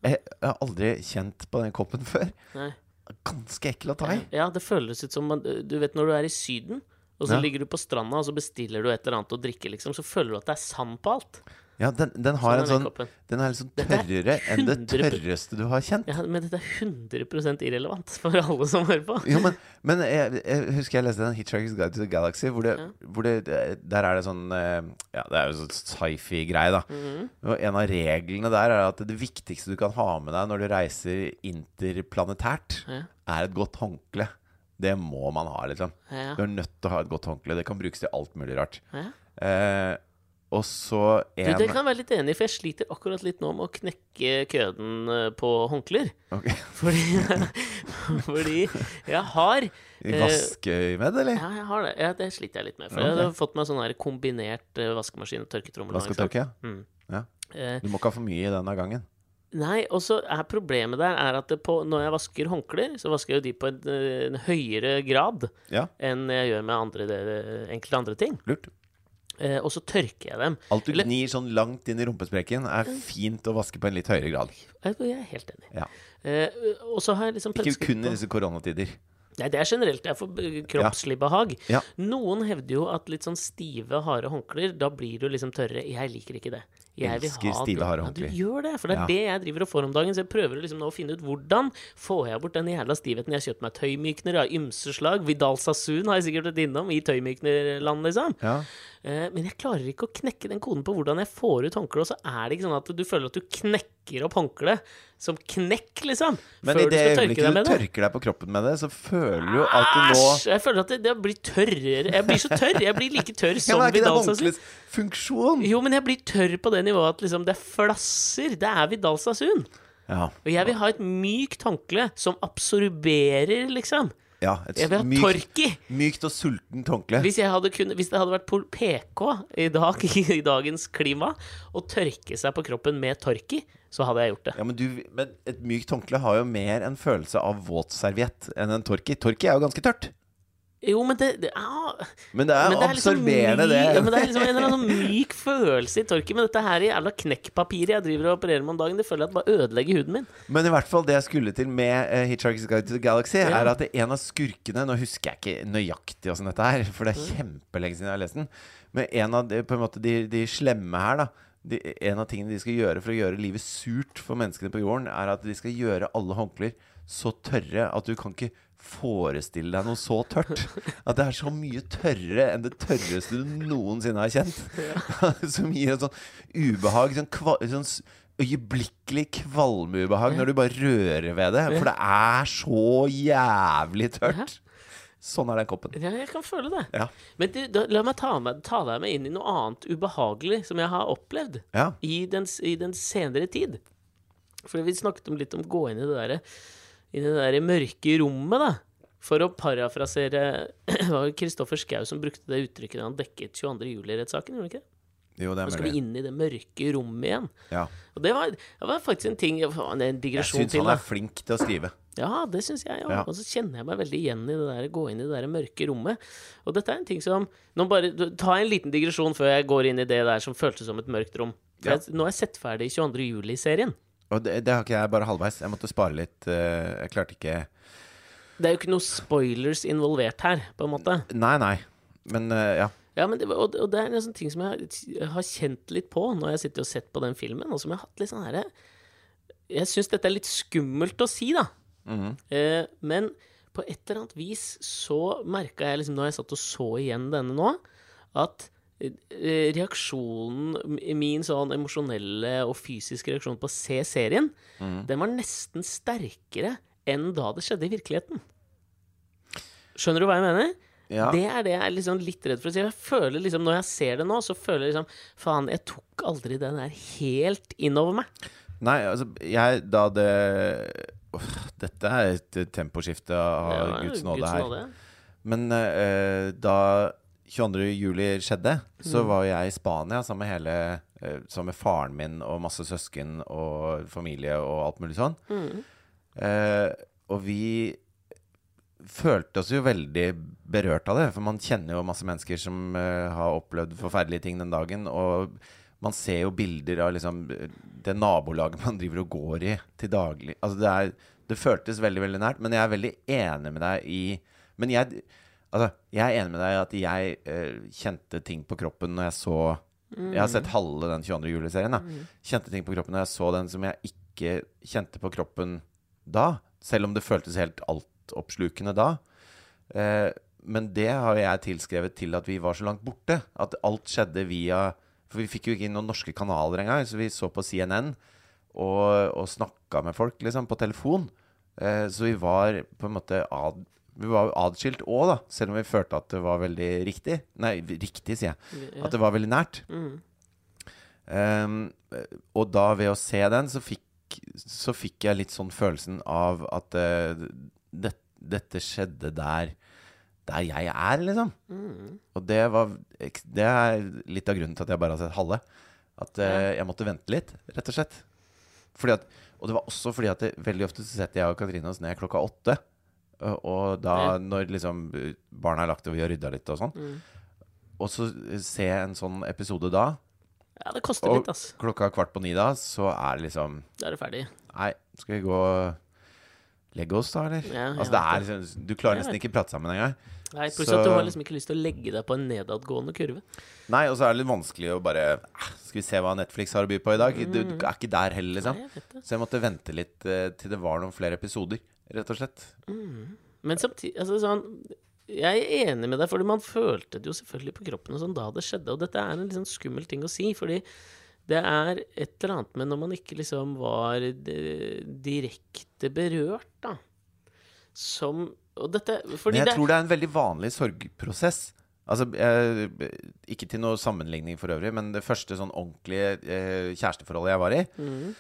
Jeg, jeg har aldri kjent på den koppen [laughs] før. Nei. Ganske ekkel å ta i. Ja, det føles ut som man, Du vet når du er i Syden, og så Ja. ligger du på stranda og så bestiller du et eller annet å drikke, liksom, så føler du at det er sand på alt. Ja, den, den har en Sånn er den sånn koppen. Den er litt sånn Dette er tørrere enn det 100% tørreste du har kjent. Ja, men dette er 100 irrelevant for alle som hører på. Jo, men, men jeg, jeg husker jeg leste den Hitchhiker's Guide to the Galaxy, hvor det, hvor det Der er det sånn eh, Ja, det er jo sånn sci-fi-greie, da. Mhm. Og en av reglene der er at det viktigste du kan ha med deg når du reiser interplanetært, Ja. er et godt håndkle. Det må man ha, liksom. Ja. Du er nødt til å ha et godt håndkle. Det kan brukes til alt mulig rart. Ja. Eh, og så Du, en det kan jeg være litt enig i, for jeg sliter akkurat litt nå med å knekke køden eh, på håndklær. [laughs] Ok. [laughs] Fordi, fordi jeg har eh, Vaskeøyemed, eller? Ja, jeg har det. Ja, det sliter jeg litt med. For Ja, ok. jeg har fått meg sånn her kombinert eh, vaskemaskin og tørketrommel. nå, Vask og ikke sant? tørke? ja. Mm. Ja. Eh, Du må ikke ha for mye i den av gangen. nei, og så er problemet der er at det på, når jeg vasker håndklær, så vasker jeg jo de på en, eh, en høyere grad Ja, enn jeg gjør med andre, det- enkelte andre ting. lurt. Eh, og så tørker jeg dem. Alt du Eller- gnir sånn langt inn i rumpesprekken, er fint å vaske på en litt høyere grad. Jeg, jeg er helt enig. Ja. Eh, og så har jeg liksom Ikke pønsket kun på- i disse koronatider. Nei, det er generelt. Det er for eh, kroppslig behag. Ja. Noen hevder jo at litt sånn stive, harde håndklær, da blir du liksom tørrere. Jeg liker ikke det. Jeg vil Elsker ha stive, det- harde Ja, håndklær. du gjør det, for det er Ja. det jeg driver og får om dagen. Så jeg prøver liksom nå å finne ut hvordan får jeg bort den jævla stivheten. Jeg har kjøpt meg tøymykner av ymse slag. Vidal Sassoon har jeg sikkert vært innom i tøymyknerland, liksom. Ja. Eh, Men jeg klarer ikke å knekke den koden på hvordan jeg får ut håndkleet. Og så er det ikke sånn at du føler at du knekker opp håndkleet som knekk, liksom. Men i før du det skal tørke øyeblikket deg du med det. tørker deg på kroppen med det, så føler du jo at du nå Æsj! Jeg føler at det, det blir tørrere. Jeg blir så tørr. Jeg blir like tørr ja, som men Er ikke det Vidal Sassoon. håndklets funksjon? Jo, men jeg blir tørr på det nivået at liksom det er flasser. Det er Vidal Sassoon. Ja. Og jeg vil ha et mykt håndkle som absorberer, liksom. Ja, et Jeg vil ha mykt, Torki! mykt og sultent håndkle. Hvis, jeg hadde kun, hvis det hadde vært pol- PK i dag, [laughs] i dagens klima, å tørke seg på kroppen med Torki, så hadde jeg gjort det. Ja, men, du, men et mykt håndkle har jo mer en følelse av våt serviett enn en torki. Torki er jo ganske tørt. Jo, men det, ah, det ja, Men det er, men det er liksom absorberende, myk- Ja, men det. det er liksom en eller annen sånn myk følelse i torken. Men dette her jævla knekkpapiret jeg driver og opererer med om dagen, det føler jeg at bare ødelegger huden min. Men i hvert fall det jeg skulle til med eh, Hitchhiker's Guide to the Galaxy, Ja. er at det er en av skurkene Nå husker jeg ikke nøyaktig åssen dette er, for det Mm. er kjempelenge siden jeg har lest den. Men en av de, på en måte, de, de slemme her, da. De, en av tingene de skal gjøre for å gjøre livet surt for menneskene på jorden, er at de skal gjøre alle håndklær så tørre at du kan ikke forestille deg noe så tørt. At det er så mye tørrere enn det tørreste du noensinne har kjent. [laughs] Som gir et sånn ubehag, sånn, kva, sånn s- øyeblikkelig kvalmeubehag når du bare rører ved det. For det er så jævlig tørt. Sånn er den koppen. Ja, jeg kan føle det. Ja. Men du, da, la meg ta, med, ta deg med inn i noe annet ubehagelig som jeg har opplevd Ja. i den, s- i den senere tid. For vi snakket om litt om å gå inn i det derre inn i det derre mørke rommet, da. For å parafrasere [clears throat] Det var jo Kristoffer Schau som brukte det uttrykket da han dekket 22. juli-rettssaken, gjorde han ikke det? Jo, det Nå er skal vi mulig. inn i det mørke rommet igjen. Ja. Og det var, det var faktisk en ting faen, En Jeg digresjon syns til, han da. er flink til å skrive. Ja, det syns jeg òg. Ja. Og så kjenner jeg meg veldig igjen i det der gå inn i det der mørke rommet. Og dette er en ting som Nå bare du- Ta en liten digresjon før jeg går inn i det der som føltes som et mørkt rom. For Ja. Jeg, nå har jeg sett ferdig 22. juli-serien. Og det, det har ikke jeg bare halvveis. Jeg måtte spare litt. eh, Jeg klarte ikke Det er jo ikke noe spoilers involvert her, på en måte. Nei, nei. Men eh, ja. Ja, men det, og, og det er en sånn ting som jeg har, har kjent litt på når jeg sitter og sett på den filmen, og som jeg har hatt litt sånn herre Jeg syns dette er litt skummelt å si, da. Mm-hmm. Eh, men på et eller annet vis så merka jeg liksom, når jeg satt og så igjen denne nå, at eh, reaksjonen Min sånn emosjonelle og fysiske reaksjon på å se serien, Mm-hmm. den var nesten sterkere enn da det skjedde i virkeligheten. Skjønner du hva jeg mener? ja. Det er det jeg er liksom litt redd for å si. Jeg føler liksom, Når jeg ser det nå, så føler jeg liksom Faen, jeg tok aldri den der helt innover meg. Nei, altså, jeg da det Uff, Dette er et temposkifte av Det var Ah, Guds Guds nåde her. nåde. Men eh, da 22. juli skjedde, så var jeg i Spania sammen med hele eh, Sammen med faren min og masse søsken og familie og alt mulig sånn. Mm, Eh, og vi følte oss jo veldig berørt av det, for man kjenner jo masse mennesker som eh, har opplevd forferdelige ting den dagen. og man ser jo bilder av liksom det nabolaget man driver og går i til daglig. Altså det, er, det føltes veldig veldig nært, men jeg er veldig enig med deg i Men jeg, altså, jeg er enig med deg i at jeg eh, kjente ting på kroppen når jeg så Jeg har sett halve den 22. juli-serien. da. Kjente ting på kroppen når jeg så den som jeg ikke kjente på kroppen da. Selv om det føltes helt altoppslukende da. Eh, men det har jeg tilskrevet til at vi var så langt borte. At alt skjedde via For vi fikk jo ikke inn noen norske kanaler engang, så vi så på CNN og, og snakka med folk, liksom, på telefon. Eh, så vi var på en måte ad, Vi var jo adskilt òg, da. Selv om vi følte at det var veldig riktig. Nei, riktig, sier jeg. At det var veldig nært. Eh, og da, ved å se den, så fikk, så fikk jeg litt sånn følelsen av at eh, det, dette skjedde der, der jeg er, liksom. Mm. Og det var ek- Det er litt av grunnen til at jeg bare har sett halve. At eh, jeg måtte vente litt, rett og slett. Fordi at, og det var også fordi at det, veldig ofte så setter jeg og Katrine oss ned klokka åtte. Og, og da, Ja. Mm. når liksom eh, barna er lagt og vi har rydda litt og sånn. Og så eh, se en sånn episode da, Ja, det koster og litt, ass. klokka kvart på ni da, så er det liksom Da er det ferdig. Nei, skal vi gå og legge oss, da, eller? Ja, altså, det ja, er liksom Du klarer Jeg nesten vet. ikke prate sammen engang. Nei, pluss Så- at du har liksom ikke lyst til å legge deg på en nedadgående kurve. Nei, og så er det litt vanskelig å bare "Ah, Skal vi se hva Netflix har å by på i dag? Du, du er ikke der heller, liksom. Mm. Nei, jeg vet det. Så jeg måtte vente litt eh, til det var noen flere episoder, rett og slett. Men samtidig altså, sånn, Jeg er enig med deg, Fordi man følte det jo selvfølgelig på kroppen og sånn, da det skjedde. Og dette er en litt sånn skummel ting å si, fordi det er et eller annet med når man ikke liksom var eh, direkte berørt, da. Som Og dette Fordi Men jeg det tror det er en veldig vanlig sorgprosess. Altså, eh, ikke til noe Mm. sammenligning for øvrig, men det første sånn ordentlige eh, kjæresteforholdet jeg var i,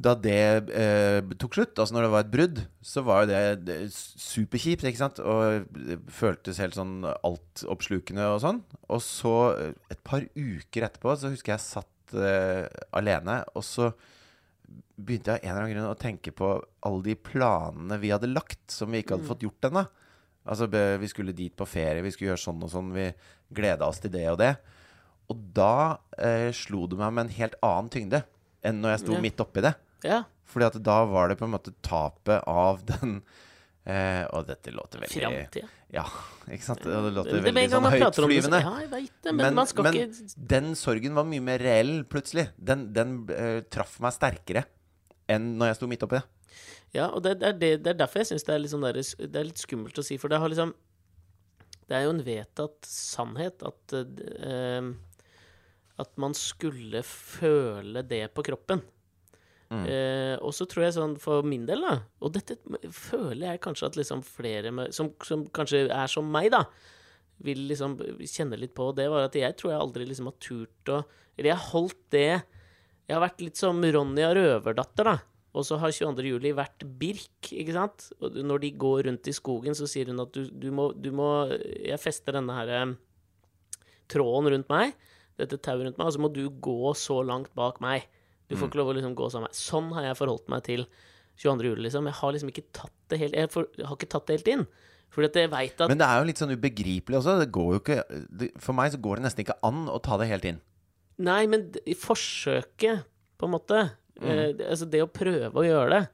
da det eh, tok slutt, altså når det var et brudd, så var jo det, det superkjipt, ikke sant? Og det føltes helt sånn altoppslukende og sånn. Og så, eh, et par uker etterpå, så husker jeg satt eh, alene, og så begynte jeg av en eller annen grunn å tenke på alle de planene vi hadde lagt, som vi ikke hadde fått gjort ennå. Altså, be- vi skulle dit på ferie, vi skulle gjøre sånn og sånn, vi gleda oss til det og det. Og da eh, slo det meg med en helt annen tyngde enn når jeg sto Ja. midt oppi det. Ja. Fordi at da var det på en måte tapet av den eh, Og dette låter veldig Framtida. Ja, ikke sant? Og det låter Det er med veldig en gang sånn man prater om det, så høytflyvende. Ja, jeg vet det, men, Men- man skal men- ikke Den sorgen var mye mer reell plutselig. Den, den eh, traff meg sterkere enn når jeg sto midt oppi det. Ja, og det, det, er, det, det er derfor jeg syns det, er litt sånn der- det er litt skummelt å si, for det har liksom Det er jo en vedtatt sannhet at eh, d- ehm, At man skulle føle det på kroppen. Mm. Eh, og så tror jeg sånn for min del, da Og dette føler jeg kanskje at liksom flere med, som, som kanskje er som meg, da, vil liksom kjenne litt på. Det var at jeg tror jeg aldri liksom har turt å Eller jeg har holdt det Jeg har vært litt som Ronja Røverdatter, da. Og så har 22. juli vært Birk, ikke sant? Og når de går rundt i skogen, så sier hun at du, du, må, du må Jeg fester denne her eh, tråden rundt meg, dette tauet rundt meg, og så må du gå så langt bak meg. Du får ikke lov å liksom gå sammen med meg. Sånn har jeg forholdt meg til 22. juli, liksom. Jeg har liksom ikke tatt det helt Jeg, for, jeg har ikke tatt det helt inn. Fordi at jeg veit at Men det er jo litt sånn ubegripelig også. Det går jo ikke, det, for meg så går det nesten ikke an å ta det helt inn. Nei, men d- i forsøket, på en måte Mm. eh, det- Altså det å prøve å gjøre det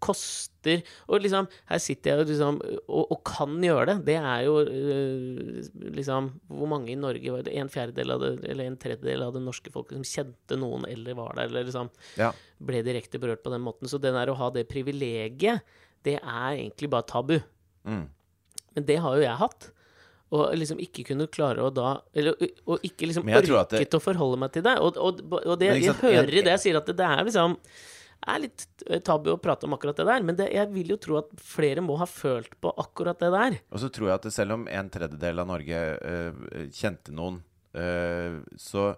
koster Og liksom, her sitter jeg og liksom og, og kan gjøre det. Det er jo eh, liksom Hvor mange i Norge var det? En fjerdedel av det, eller en tredjedel av det norske folket som kjente noen eller var der, eller liksom Ja. ble direkte berørt på den måten. Så den der å ha det privilegiet, det er egentlig bare tabu. Mm. Men det har jo jeg hatt. Og liksom ikke kunne klare å da Eller å- å ikke liksom Men jeg tror at det- orket å forholde meg til det. Og, og, og det, Men ikke jeg sant, hører en- i det jeg sier, at det, det er liksom er litt eh, tabu å prate om akkurat det der, men det, jeg vil jo tro at flere må ha følt på akkurat det der. Og så tror jeg at selv om en tredjedel av Norge øh, kjente noen, øh, så,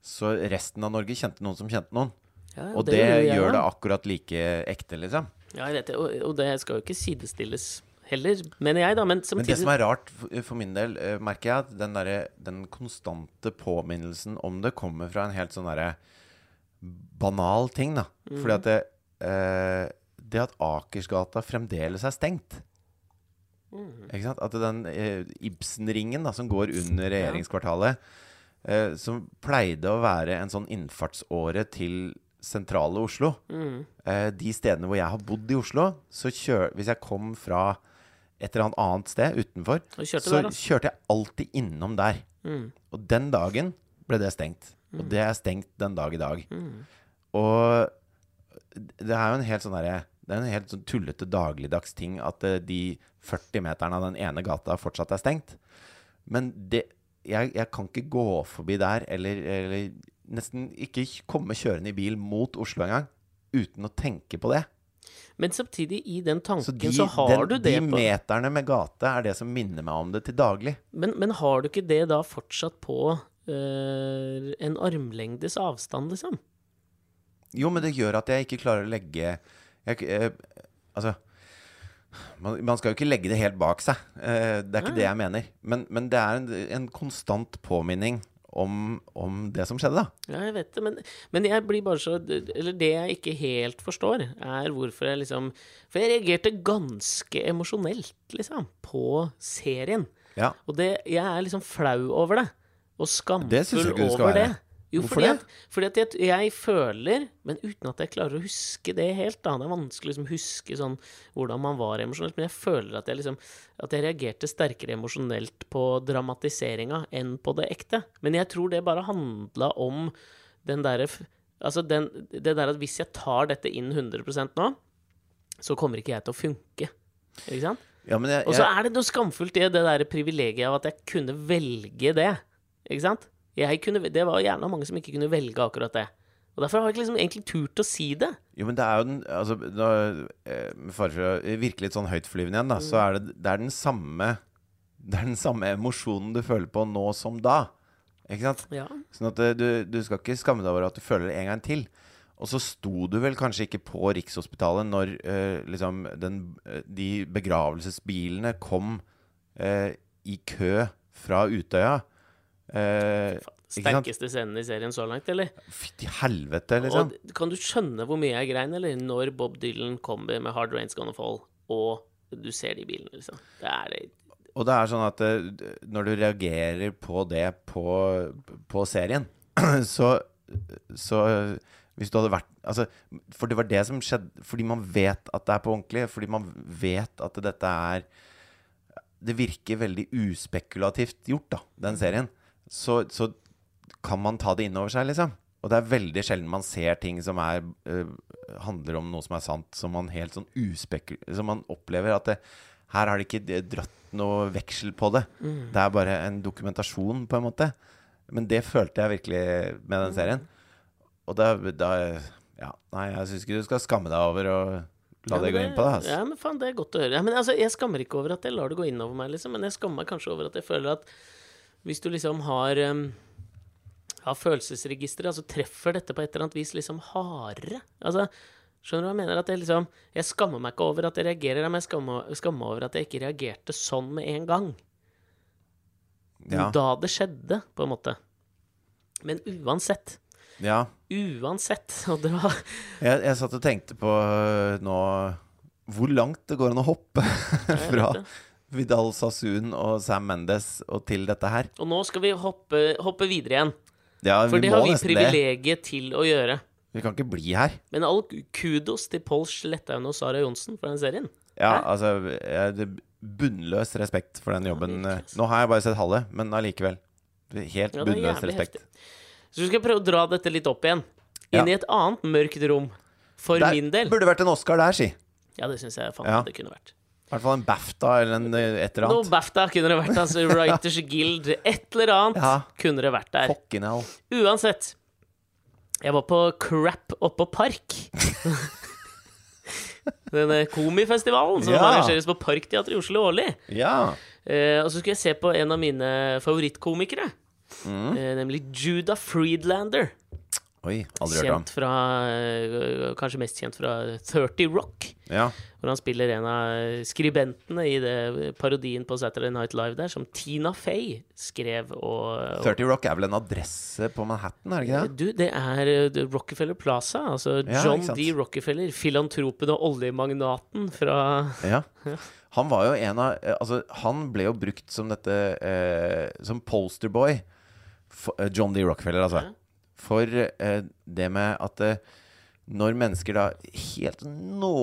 så resten av Norge kjente noen som kjente noen. Ja, Og det, gjør det akkurat like ekte, liksom. Ja, jeg vet det. Og, og det skal jo ikke sidestilles heller, mener jeg, da. Men Men det samtidig som er rart for for min del, øh, merker jeg at den, derre- den konstante påminnelsen om det kommer fra en helt sånn derre banal ting, da. Fordi Mm. at det, øh, det at Akersgata fremdeles er stengt Mm, Ikke sant? At den eh, Ibsen-ringen da, som går under regjeringskvartalet, eh, som pleide å være en sånn innfartsåre til sentrale Oslo eh, De stedene hvor jeg har bodd i Oslo, så kjør, hvis jeg kom fra et eller annet annet sted utenfor, Og kjørte så der, da. Mm. kjørte jeg alltid innom der. Og den dagen ble det stengt. Og det er stengt den dag i dag. Mm. Og det er jo en helt sånn derre Det er en helt sånn tullete dagligdags ting at eh, de 40 meterne av den ene gata fortsatt er stengt. Men det Jeg, jeg kan ikke gå forbi der, eller, eller nesten ikke komme kjørende i bil mot Oslo engang, uten å tenke på det. Men samtidig, i den Så tanken, de, så, har den, du det de på meterne med gate er det som minner meg om det til daglig. Men, men har du ikke det da fortsatt på eh, en armlengdes avstand, liksom? Jo, men det gjør at jeg ikke klarer å legge jeg, eh, Altså man, man skal jo ikke legge det helt bak seg. Eh, det er ikke det jeg mener. Men, men det er en, en konstant påminning om, om det som skjedde, da. Ja, jeg vet det, men, men jeg blir bare så Eller det jeg ikke helt forstår, er hvorfor jeg liksom For jeg reagerte ganske emosjonelt, liksom, på serien. Ja. Og det, jeg er liksom flau over det. Og skamfull Det synes jeg ikke du skal over det. være. Jo, Hvorfor fordi det? at, fordi at jeg, jeg føler, men uten at jeg klarer å huske det helt, da. Det er vanskelig å liksom huske sånn hvordan man var emosjonelt. Men jeg føler at jeg liksom At jeg reagerte sterkere emosjonelt på dramatiseringa enn på det ekte. Men jeg tror det bare handla om den derre f- Altså den, det der at hvis jeg tar dette inn 100 nå, så kommer ikke jeg til å funke. Ikke sant? Ja, men jeg, Og så jeg, er det noe skamfullt i det der privilegiet av at jeg kunne velge det. Ikke sant? Jeg kunne, det var gjerne mange som ikke kunne velge akkurat det. Og derfor har jeg ikke liksom egentlig turt å si det. jo, men det er jo den altså, da, eh, Med fare for å virke litt sånn høytflyvende igjen, da, Mm. så er det, det er den samme Det er den samme emosjonen du føler på nå som da. Ikke sant? Ja. Sånn at eh, du, du skal ikke skamme deg over at du føler det en gang til. Og så sto du vel kanskje ikke på Rikshospitalet når eh, liksom den, eh, de begravelsesbilene kom eh, i kø fra Utøya. Eh, ikke sant? Sterkeste scenen i serien så langt, eller? Fytti helvete, liksom. Og d- kan du skjønne hvor mye jeg grein, eller? Når Bob Dylan kommer med 'Hard Rain's Gonna Fall', og du ser de bilene, liksom. Det er det. Og det er sånn at eh, d- når du reagerer på det på, på serien, [clears throat] så, så hvis du hadde vært altså, For det var det som skjedde Fordi man vet at det er på ordentlig. Fordi man vet at dette er Det virker veldig uspekulativt gjort, da, den serien. Så, så kan man ta det inn over seg, liksom. Og det er veldig sjelden man ser ting som er, eh, handler om noe som er sant, som man helt sånn uspekul... Som man opplever at det, her har de ikke d- dratt noe veksel på det. Mm. Det er bare en dokumentasjon, på en måte. Men det følte jeg virkelig med den serien. Og da, da Ja, nei, jeg syns ikke du skal skamme deg over å la det gå inn på deg. Altså. Ja, men faen, det er godt å høre. Ja, men altså, jeg skammer ikke over at jeg lar det gå inn over meg, liksom, men jeg skammer meg kanskje over at jeg føler at hvis du liksom har um, har følelsesregisteret, altså treffer dette på et eller annet vis liksom hardere. Altså, skjønner du hva jeg mener? At jeg liksom Jeg skammer meg ikke over at jeg reagerer, men jeg skammer, skammer meg over at jeg ikke reagerte sånn med en gang. Ja. da det skjedde, på en måte. Men uansett, ja. uansett å dra Jeg, jeg satt og tenkte på øh, nå hvor langt det går an å hoppe [laughs] fra det. Vidal Sassoon og Sam Mendes og til dette her. Og nå skal vi hoppe, hoppe videre igjen. Ja, For det har vi nesten privilegiet til å gjøre. Vi kan ikke bli her. Men all kudos til Pål Slettaun og Sara Johnsen for den serien. Ja, altså jeg, det Bunnløs respekt for den jobben. virkelig, altså. Nå har jeg bare sett halve, men allikevel. Helt Ja, det er bunnløs jævlig respekt. Så vi skal prøve å dra dette litt opp igjen. Inn Ja. i et annet mørkt rom. For Der min del. burde vært en Oscar der, si. I Ja, det syns jeg faen Ja. det kunne vært. hvert fall en BAFTA eller en, eh, et eller Noe annet. BAFTA kunne det vært. Altså Writers Guild. Et eller annet Ja. kunne det vært der. Fucking hell. Uansett. Jeg var på Crap [laughs] oppå Park. Denne komifestivalen som Ja. arrangeres på Parkteatret i Oslo årlig. Ja. Eh, og så skulle jeg se på en av mine favorittkomikere. Mm. Eh, nemlig Judah Friedlander. Oi, aldri hørt om. Kjent fra, eh, kanskje mest kjent fra 30 Rock. Ja. Hvor han spiller en av skribentene i det parodien på Saturday Night Live der, som Tina Fey skrev og, og 30 Rock er vel en adresse på Manhattan, er det ikke det? Du, det er eh, det- Rockefeller Plaza. Altså Ja, John ikke sant. D. Rockefeller, filantropen og oljemagnaten fra Ja. Han var jo en av eh, Altså, han ble jo brukt som dette eh, Som posterboy. For, eh, John D. Rockefeller, altså. Ja. For eh, det med at eh, når mennesker da helt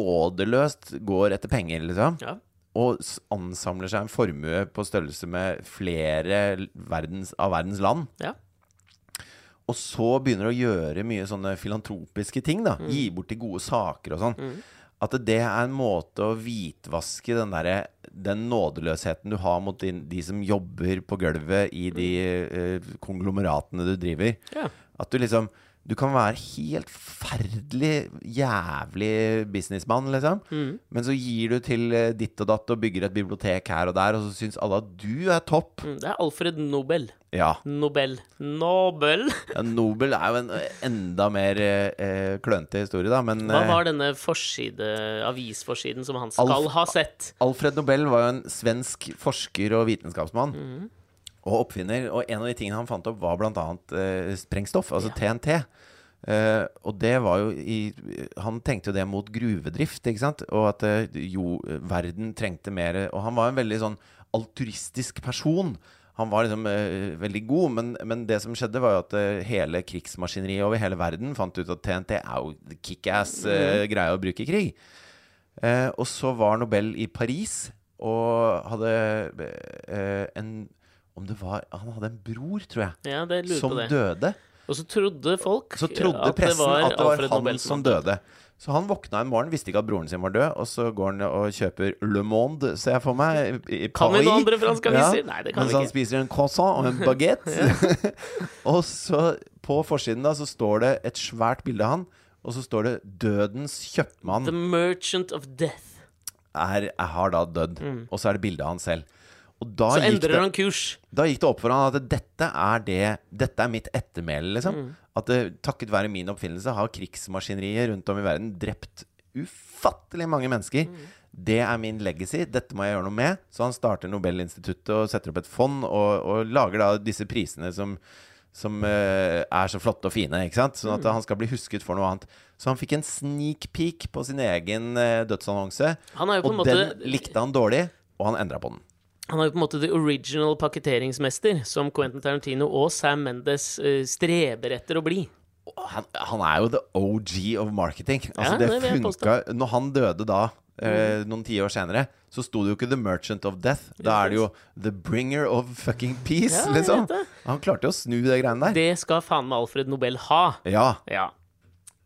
nådeløst går etter penger, liksom, Ja. og s- ansamler seg en formue på størrelse med flere l- verdens, av verdens land, Ja. og så begynner å gjøre mye sånne filantropiske ting, da, gi bort til gode saker og sånn, at det er en måte å hvitvaske den derre den nådeløsheten du har mot din, de som jobber på gulvet i de eh, konglomeratene du driver. ja. At du liksom Du kan være helt forferdelig jævlig businessmann, liksom. Men så gir du til eh, ditt og datt og bygger et bibliotek her og der, og så syns alle at du er topp. Mm, Det er Alfred Nobel. Ja. Nobel. Nobel! ja Nobel er jo en eh, enda mer eh, eh, klønete historie, da, men Hva eh, var denne forside, avisforsiden som han skal Alf- ha sett? Alfred Nobel var jo en svensk forsker og vitenskapsmann. Og oppfinner. Og en av de tingene han fant opp, var bl.a. Eh, sprengstoff, altså TNT. Eh, og det var jo i Han tenkte jo det mot gruvedrift, ikke sant? Og at eh, jo, verden trengte mer Og han var en veldig sånn alturistisk person. Han var liksom eh, veldig god, men, men det som skjedde, var jo at eh, hele krigsmaskineriet over hele verden fant ut at TNT er jo the kickass eh, greie å bruke i krig. Eh, og så var Nobel i Paris og hadde eh, en Om det var Han hadde en bror, tror jeg, Ja, det lurer som på det. døde. Og så trodde folk Så trodde pressen at det var Alfred han Nobel som hadde- døde. Så han våkna en morgen, visste ikke at broren sin var død, og så går han og kjøper Le Monde, ser jeg for meg. i- i Kan vi Paris. noen andre franske aviser? Nei, det kan Mens vi han ikke. spiser en croissant og en [laughs] baguette. [laughs] og så, på forsiden da, så står det et svært bilde av han, og så står det 'Dødens kjøpmann' The Merchant of Death. er, er, har da dødd, og så er det bildet av han selv. Og da, Mm. Så gikk endrer det, han kurs. da gikk det opp for han at dette er, det, dette er mitt ettermæle, liksom. Mm. At det, takket være min oppfinnelse har krigsmaskineriet rundt om i verden drept ufattelig mange mennesker. Mm. Det er min legacy, dette må jeg gjøre noe med. Så han starter Nobelinstituttet og setter opp et fond, og, og lager da disse prisene som som eh, er så flotte og fine. ikke sant? Mm. Sånn at han skal bli husket for noe annet. Så han fikk en sneak peek på sin egen eh, dødsannonse. Han er jo på en Og måte- den likte han dårlig, og han endra på den. Han er jo på en måte the original pakketteringsmester, som Quentin Tarantino og Sam Mendes eh, streber etter å bli. Og Han, han er jo the OG of marketing. [laughs] Altså, Ja, det det vil jeg Mm. funka Når han døde da, eh, noen tiår senere, så sto det jo ikke The Merchant of Death. Da er det jo The Bringer of Fucking Peace, Ja, jeg liksom. vet det. Han klarte jo å snu de greiene der. Det skal faen meg Alfred Nobel ha. Ja. Ja.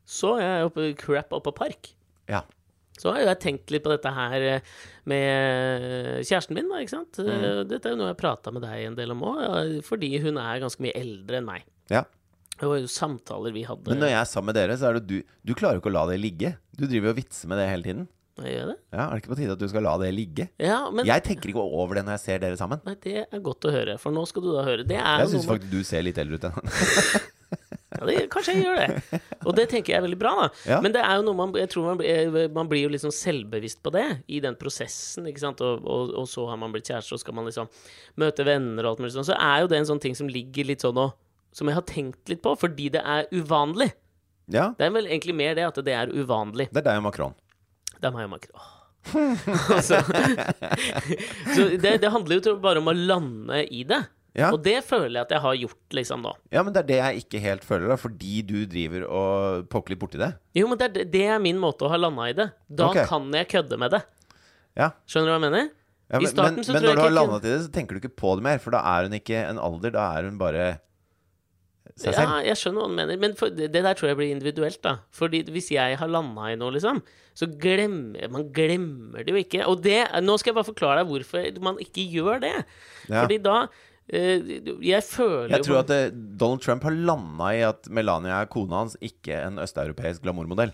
Så jeg er oppe crap opp av park. ja. Så har jo jeg tenkt litt på dette her eh, med eh, kjæresten min, da, ikke sant. Eh, Mm. Dette er jo noe jeg prata med deg en del om òg, fordi hun er ganske mye eldre enn meg. ja. Det var jo samtaler vi hadde. Men når jeg er sammen med dere, så er det du Du klarer jo ikke å la det ligge. Du driver jo og vitser med det hele tiden. Jeg gjør det? Ja, Er det ikke på tide at du skal la det ligge? Ja, men Jeg tenker ikke over det når jeg ser dere sammen. Nei, det er godt å høre, for nå skal du da høre. Det er Jeg jo noe syns med- faktisk du ser litt eldre ut enn Ja, det, kanskje jeg gjør det. Og det tenker jeg er veldig bra, da. [laughs] Ja. Men det er jo noe man, jeg tror man, blir- man blir jo liksom selvbevisst på det i den prosessen. ikke sant? Og, og, og så har man blitt kjæreste, og skal man liksom møte venner og alt mulig sånn. Så er jo det en sånn ting som ligger litt sånn og Som jeg har tenkt litt på, fordi det er uvanlig. [laughs] Ja, Det er vel egentlig mer det at det er uvanlig. det er deg og Macron. Det er meg og Macron. [laughs] altså, så det, det handler jo tror jeg bare om å lande i det. Ja. Og det føler jeg at jeg har gjort, liksom, nå. ja, men det er det jeg ikke helt føler, da, fordi du driver og poker litt borti det. Jo, men det er, det er min måte å ha landa i det. Da Ok. kan jeg kødde med det. Ja. Skjønner du hva jeg mener? Ja, I men, starten men, så men tror når jeg du har ikke jeg landa til det, så tenker du ikke på det mer, for da er hun ikke en alder, da er hun bare seg Ja, selv. jeg skjønner hva du mener, men for, det det der tror jeg blir individuelt, da. Fordi hvis jeg har landa i noe, liksom, så glemmer man glemmer det jo ikke. Og det, nå skal jeg bare forklare deg hvorfor man ikke gjør det. Ja. Fordi da eh, Jeg føler Jeg jo tror at eh, Donald Trump har landa i at Melania er kona hans, ikke en østeuropeisk [laughs] glamourmodell.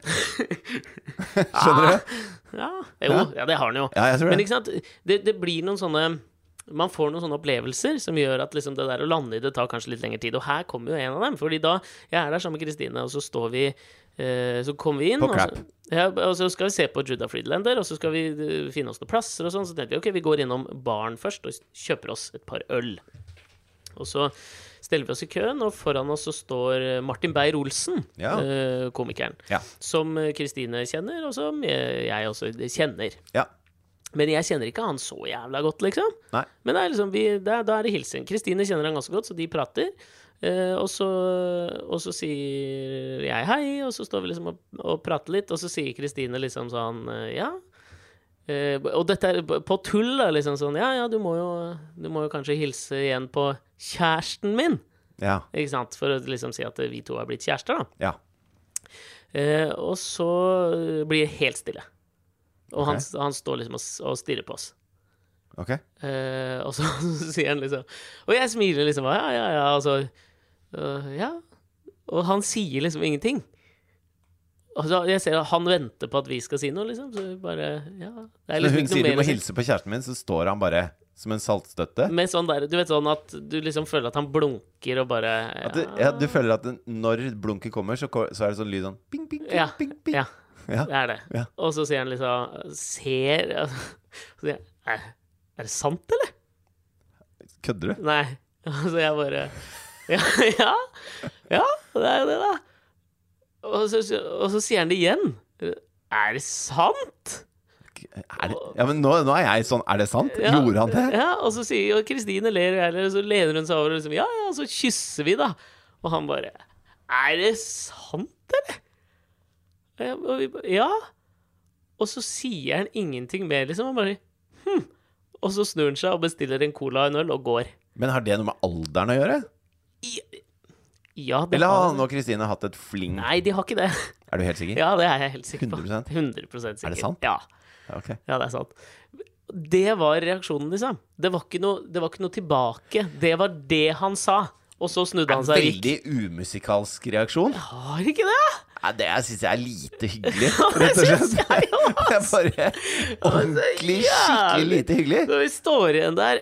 Skjønner du? ja, jo, Ja. ja, det har han jo. Ja, jeg tror Ah. Men det. ikke sant, det, det blir noen sånne man får noen sånne opplevelser som gjør at liksom det der å lande i det tar kanskje litt lengre tid. Og her kommer jo en av dem. Fordi da jeg er der sammen med Kristine, og så står vi eh, Så kommer vi inn. På og crap. så, ja, og så skal vi se på Judah Friedlander, og så skal vi eh, finne oss noen plasser og sånn. Så tenkte vi ok, vi går innom baren først og kjøper oss et par øl. Og så steller vi oss i køen, og foran oss så står eh, Martin Beyer-Olsen, Ja. eh, komikeren, Ja. som eh, Kristine kjenner, og som eh, jeg også kjenner. Ja. Men jeg kjenner ikke han så jævla godt, liksom. Nei. Men det er liksom, vi, det er, da er det hilsen. Kristine kjenner han ganske godt, så de prater. Eh, og, så, og så sier jeg hei, og så står vi liksom og, og prater litt, og så sier Kristine liksom sånn eh, ja. Eh, og dette er b- på tull, da. Liksom sånn ja, ja, du må jo, du må jo kanskje hilse igjen på kjæresten min. Ja. Ikke sant? For å liksom si at eh, vi to er blitt kjærester, da. ja. Eh, og så eh, blir det helt stille. Og Ok. han, han står liksom og, s- og stirrer på oss. Ok. Eh, og så [laughs] sier han liksom Og jeg smiler liksom. Ja, ja, ja. Og så eh, Ja. Og han sier liksom ingenting. Og så jeg ser at han venter på at vi skal si noe, liksom. Så vi bare Ja. Det er Når liksom hun ikke noe sier du mer må å si. hilse på kjæresten min, så står han bare som en saltstøtte. Med sånn der, du vet sånn at du liksom føler at han blunker og bare ja, At du, ja, du føler at den- når blunket kommer, så, ko- så er det sånn lyd sånn ping, ping, ping, Ja, ping, ping. ja, Ja. det er det. Ja. Og så sier han liksom Ser [laughs] og Så sier jeg Er, er det sant, eller? Kødder du? Nei. [laughs] Altså, jeg bare Ja, [laughs] ja, ja det er jo det, da. Og så, og så sier han det igjen. Er det sant? Er det, ja, men nå, nå er jeg sånn Er det sant? Ja. Gjorde han det? Ja, og så sier og Kristine ler, og jeg ler, og så lener hun seg over og liksom Ja, ja, og så kysser vi, da. Og han bare Er det sant, eller? Og jeg- Og vi bare Ja. Og så sier han ingenting mer, liksom. Han bare Hm. Og så snur han seg og bestiller en cola og en øl og går. Men har det noe med alderen å gjøre? I- Ja, det Eller har har- han og Kristine hatt et fling? Nei, de har ikke det. Er du helt sikker? Ja, det er jeg helt sikker på. 100%? 100% sikker. Er det sant? Ja. Ok. ja, det er sant. Det var reaksjonen, liksom. Det var ikke noe, det var ikke noe tilbake. Det var det han sa. Og så snudde han seg og gikk. Veldig umusikalsk reaksjon. Har ikke det? Nei, det syns jeg er lite hyggelig, [laughs] Det rett og [laughs] syns slett. jeg jo! Det er bare ordentlig, skikkelig lite hyggelig. Når vi står igjen der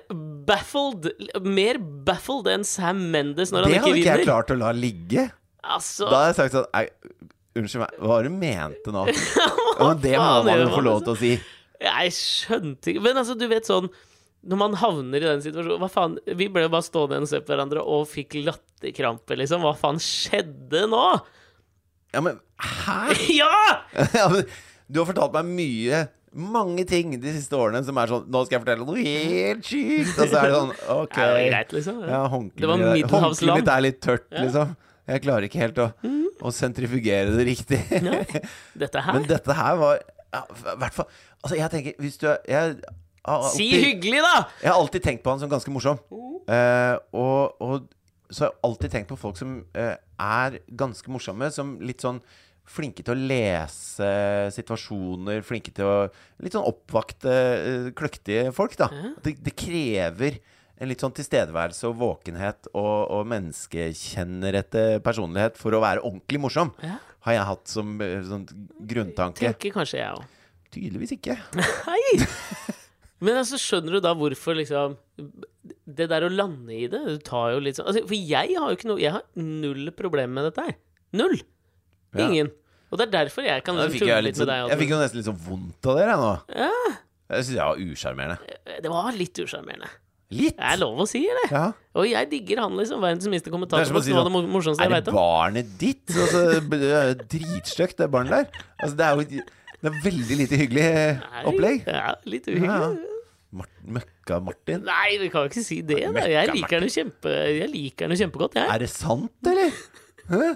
baffled Mer baffled enn Sam Mendes når Det han hadde ikke ikke jeg vinner. klart å la ligge. Altså, [laughs] Da hadde jeg sagt sånn «Nei, Unnskyld meg, hva var det du mente nå? Men det må faen man gjør jo man, liksom? få lov til å si. jeg skjønte ikke Men altså, du vet sånn Når man havner i den situasjonen Hva faen Vi ble jo bare stående igjen og se på hverandre og fikk latterkrampe, liksom. Hva faen skjedde nå? Ja, men hæ? [laughs] ja! [laughs] Ja, men du har fortalt meg mye, mange ting de siste årene som er sånn Nå skal jeg fortelle noe helt sykt! Og så er det sånn OK. [laughs] Ja, det var greit, liksom. Ja, Det var håndkleet der- middelhavsland. Mm. håndkleet mitt er litt tørt, liksom. Jeg klarer ikke helt å, å sentrifugere det [laughs] riktig. Dette her. Men dette her var ja, i hvert fall Altså, jeg tenker Hvis du er jeg, har Si alltid- hyggelig, da! jeg har alltid tenkt på han som ganske morsom. Mm. Eh, og, og så har jeg alltid tenkt på folk som eh, er ganske morsomme, som litt sånn flinke til å lese situasjoner, flinke til å Litt sånn oppvakte, eh, kløktige folk, da. Det, det krever en litt sånn tilstedeværelse og våkenhet og, og menneskekjennerete personlighet for å være ordentlig morsom, Ja. har jeg hatt som eh, sånn grunntanke. Tenker kanskje [laughs] jeg òg. Tydeligvis ikke. Hei! Men altså, skjønner du da hvorfor liksom Det der å lande i det Du tar jo litt sånn altså, For jeg har jo ikke noe Jeg har null problem med dette her. Null! Ja. Ingen. Og det er derfor jeg kan Da liksom fikk tulle jeg, litt litt med sånn, deg. jeg fikk Oddmund. jo nesten litt sånn vondt av dere, jeg nå. Jeg syns jeg var usjarmerende. Det var litt usjarmerende. Litt. Det er lov å si, eller? Ja. Og jeg digger han, liksom. Verdens minste Det er kommentator. som å Det, si var det sånn, mo- morsomste Er jeg det veit om. barnet ditt? Altså, det er jo Dritstygt, det barnet der. Altså, det er jo det er veldig lite hyggelig Nei, opplegg. Ja, litt Ja, uhyggelig. ja. Mart- Møkka Martin. Nei, vi kan jo ikke si det. Da. Møkka, Jeg liker han jo kjempe, jeg liker han jo kjempegodt, jeg. Er det sant, eller? Hæ?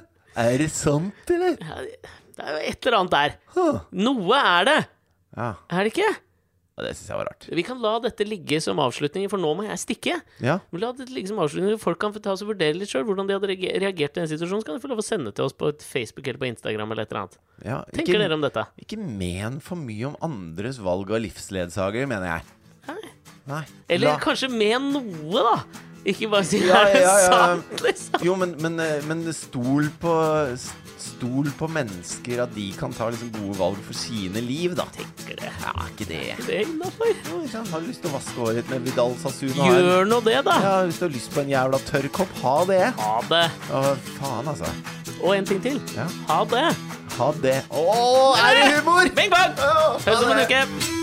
Er det sant, eller? Ja, Det er jo et eller annet der. Huh. Noe er det, Ja, er det ikke? Ja, det syns jeg var rart. Vi kan la dette ligge som avslutning, for nå må jeg stikke. Ja. Men La dette ligge som avslutning Folk kan få ta seg og vurdere litt sjøl hvordan de hadde reage- reagert i den situasjonen. Så kan de få lov å sende til oss på et Facebook eller på Instagram eller et eller annet. ja. Tenker dere om dette? ikke men for mye om andres valg av livsledsager, mener jeg. Nei. Nei. Eller La- kanskje med noe, da. Ikke bare si Ja, er det ja, ja. sant, liksom. Jo, men, men, eh, men stol, på, stol på mennesker, at de kan ta liksom gode valg for sine liv, da. Tenker det. Ja, er ikke det Det er innafor. Jo, ikke sant? Har du lyst til å vaske håret ditt med Vidal Sassoon? Ha en- Gjør nå det, da. Ja, hvis du har lyst på en jævla tørr kopp, ha det. Ha det. Å, faen, altså. Og en ting til. Ja. Ha det. Ha det. Å, er det humor? Bing bang! Å, ha Høres om en det. uke.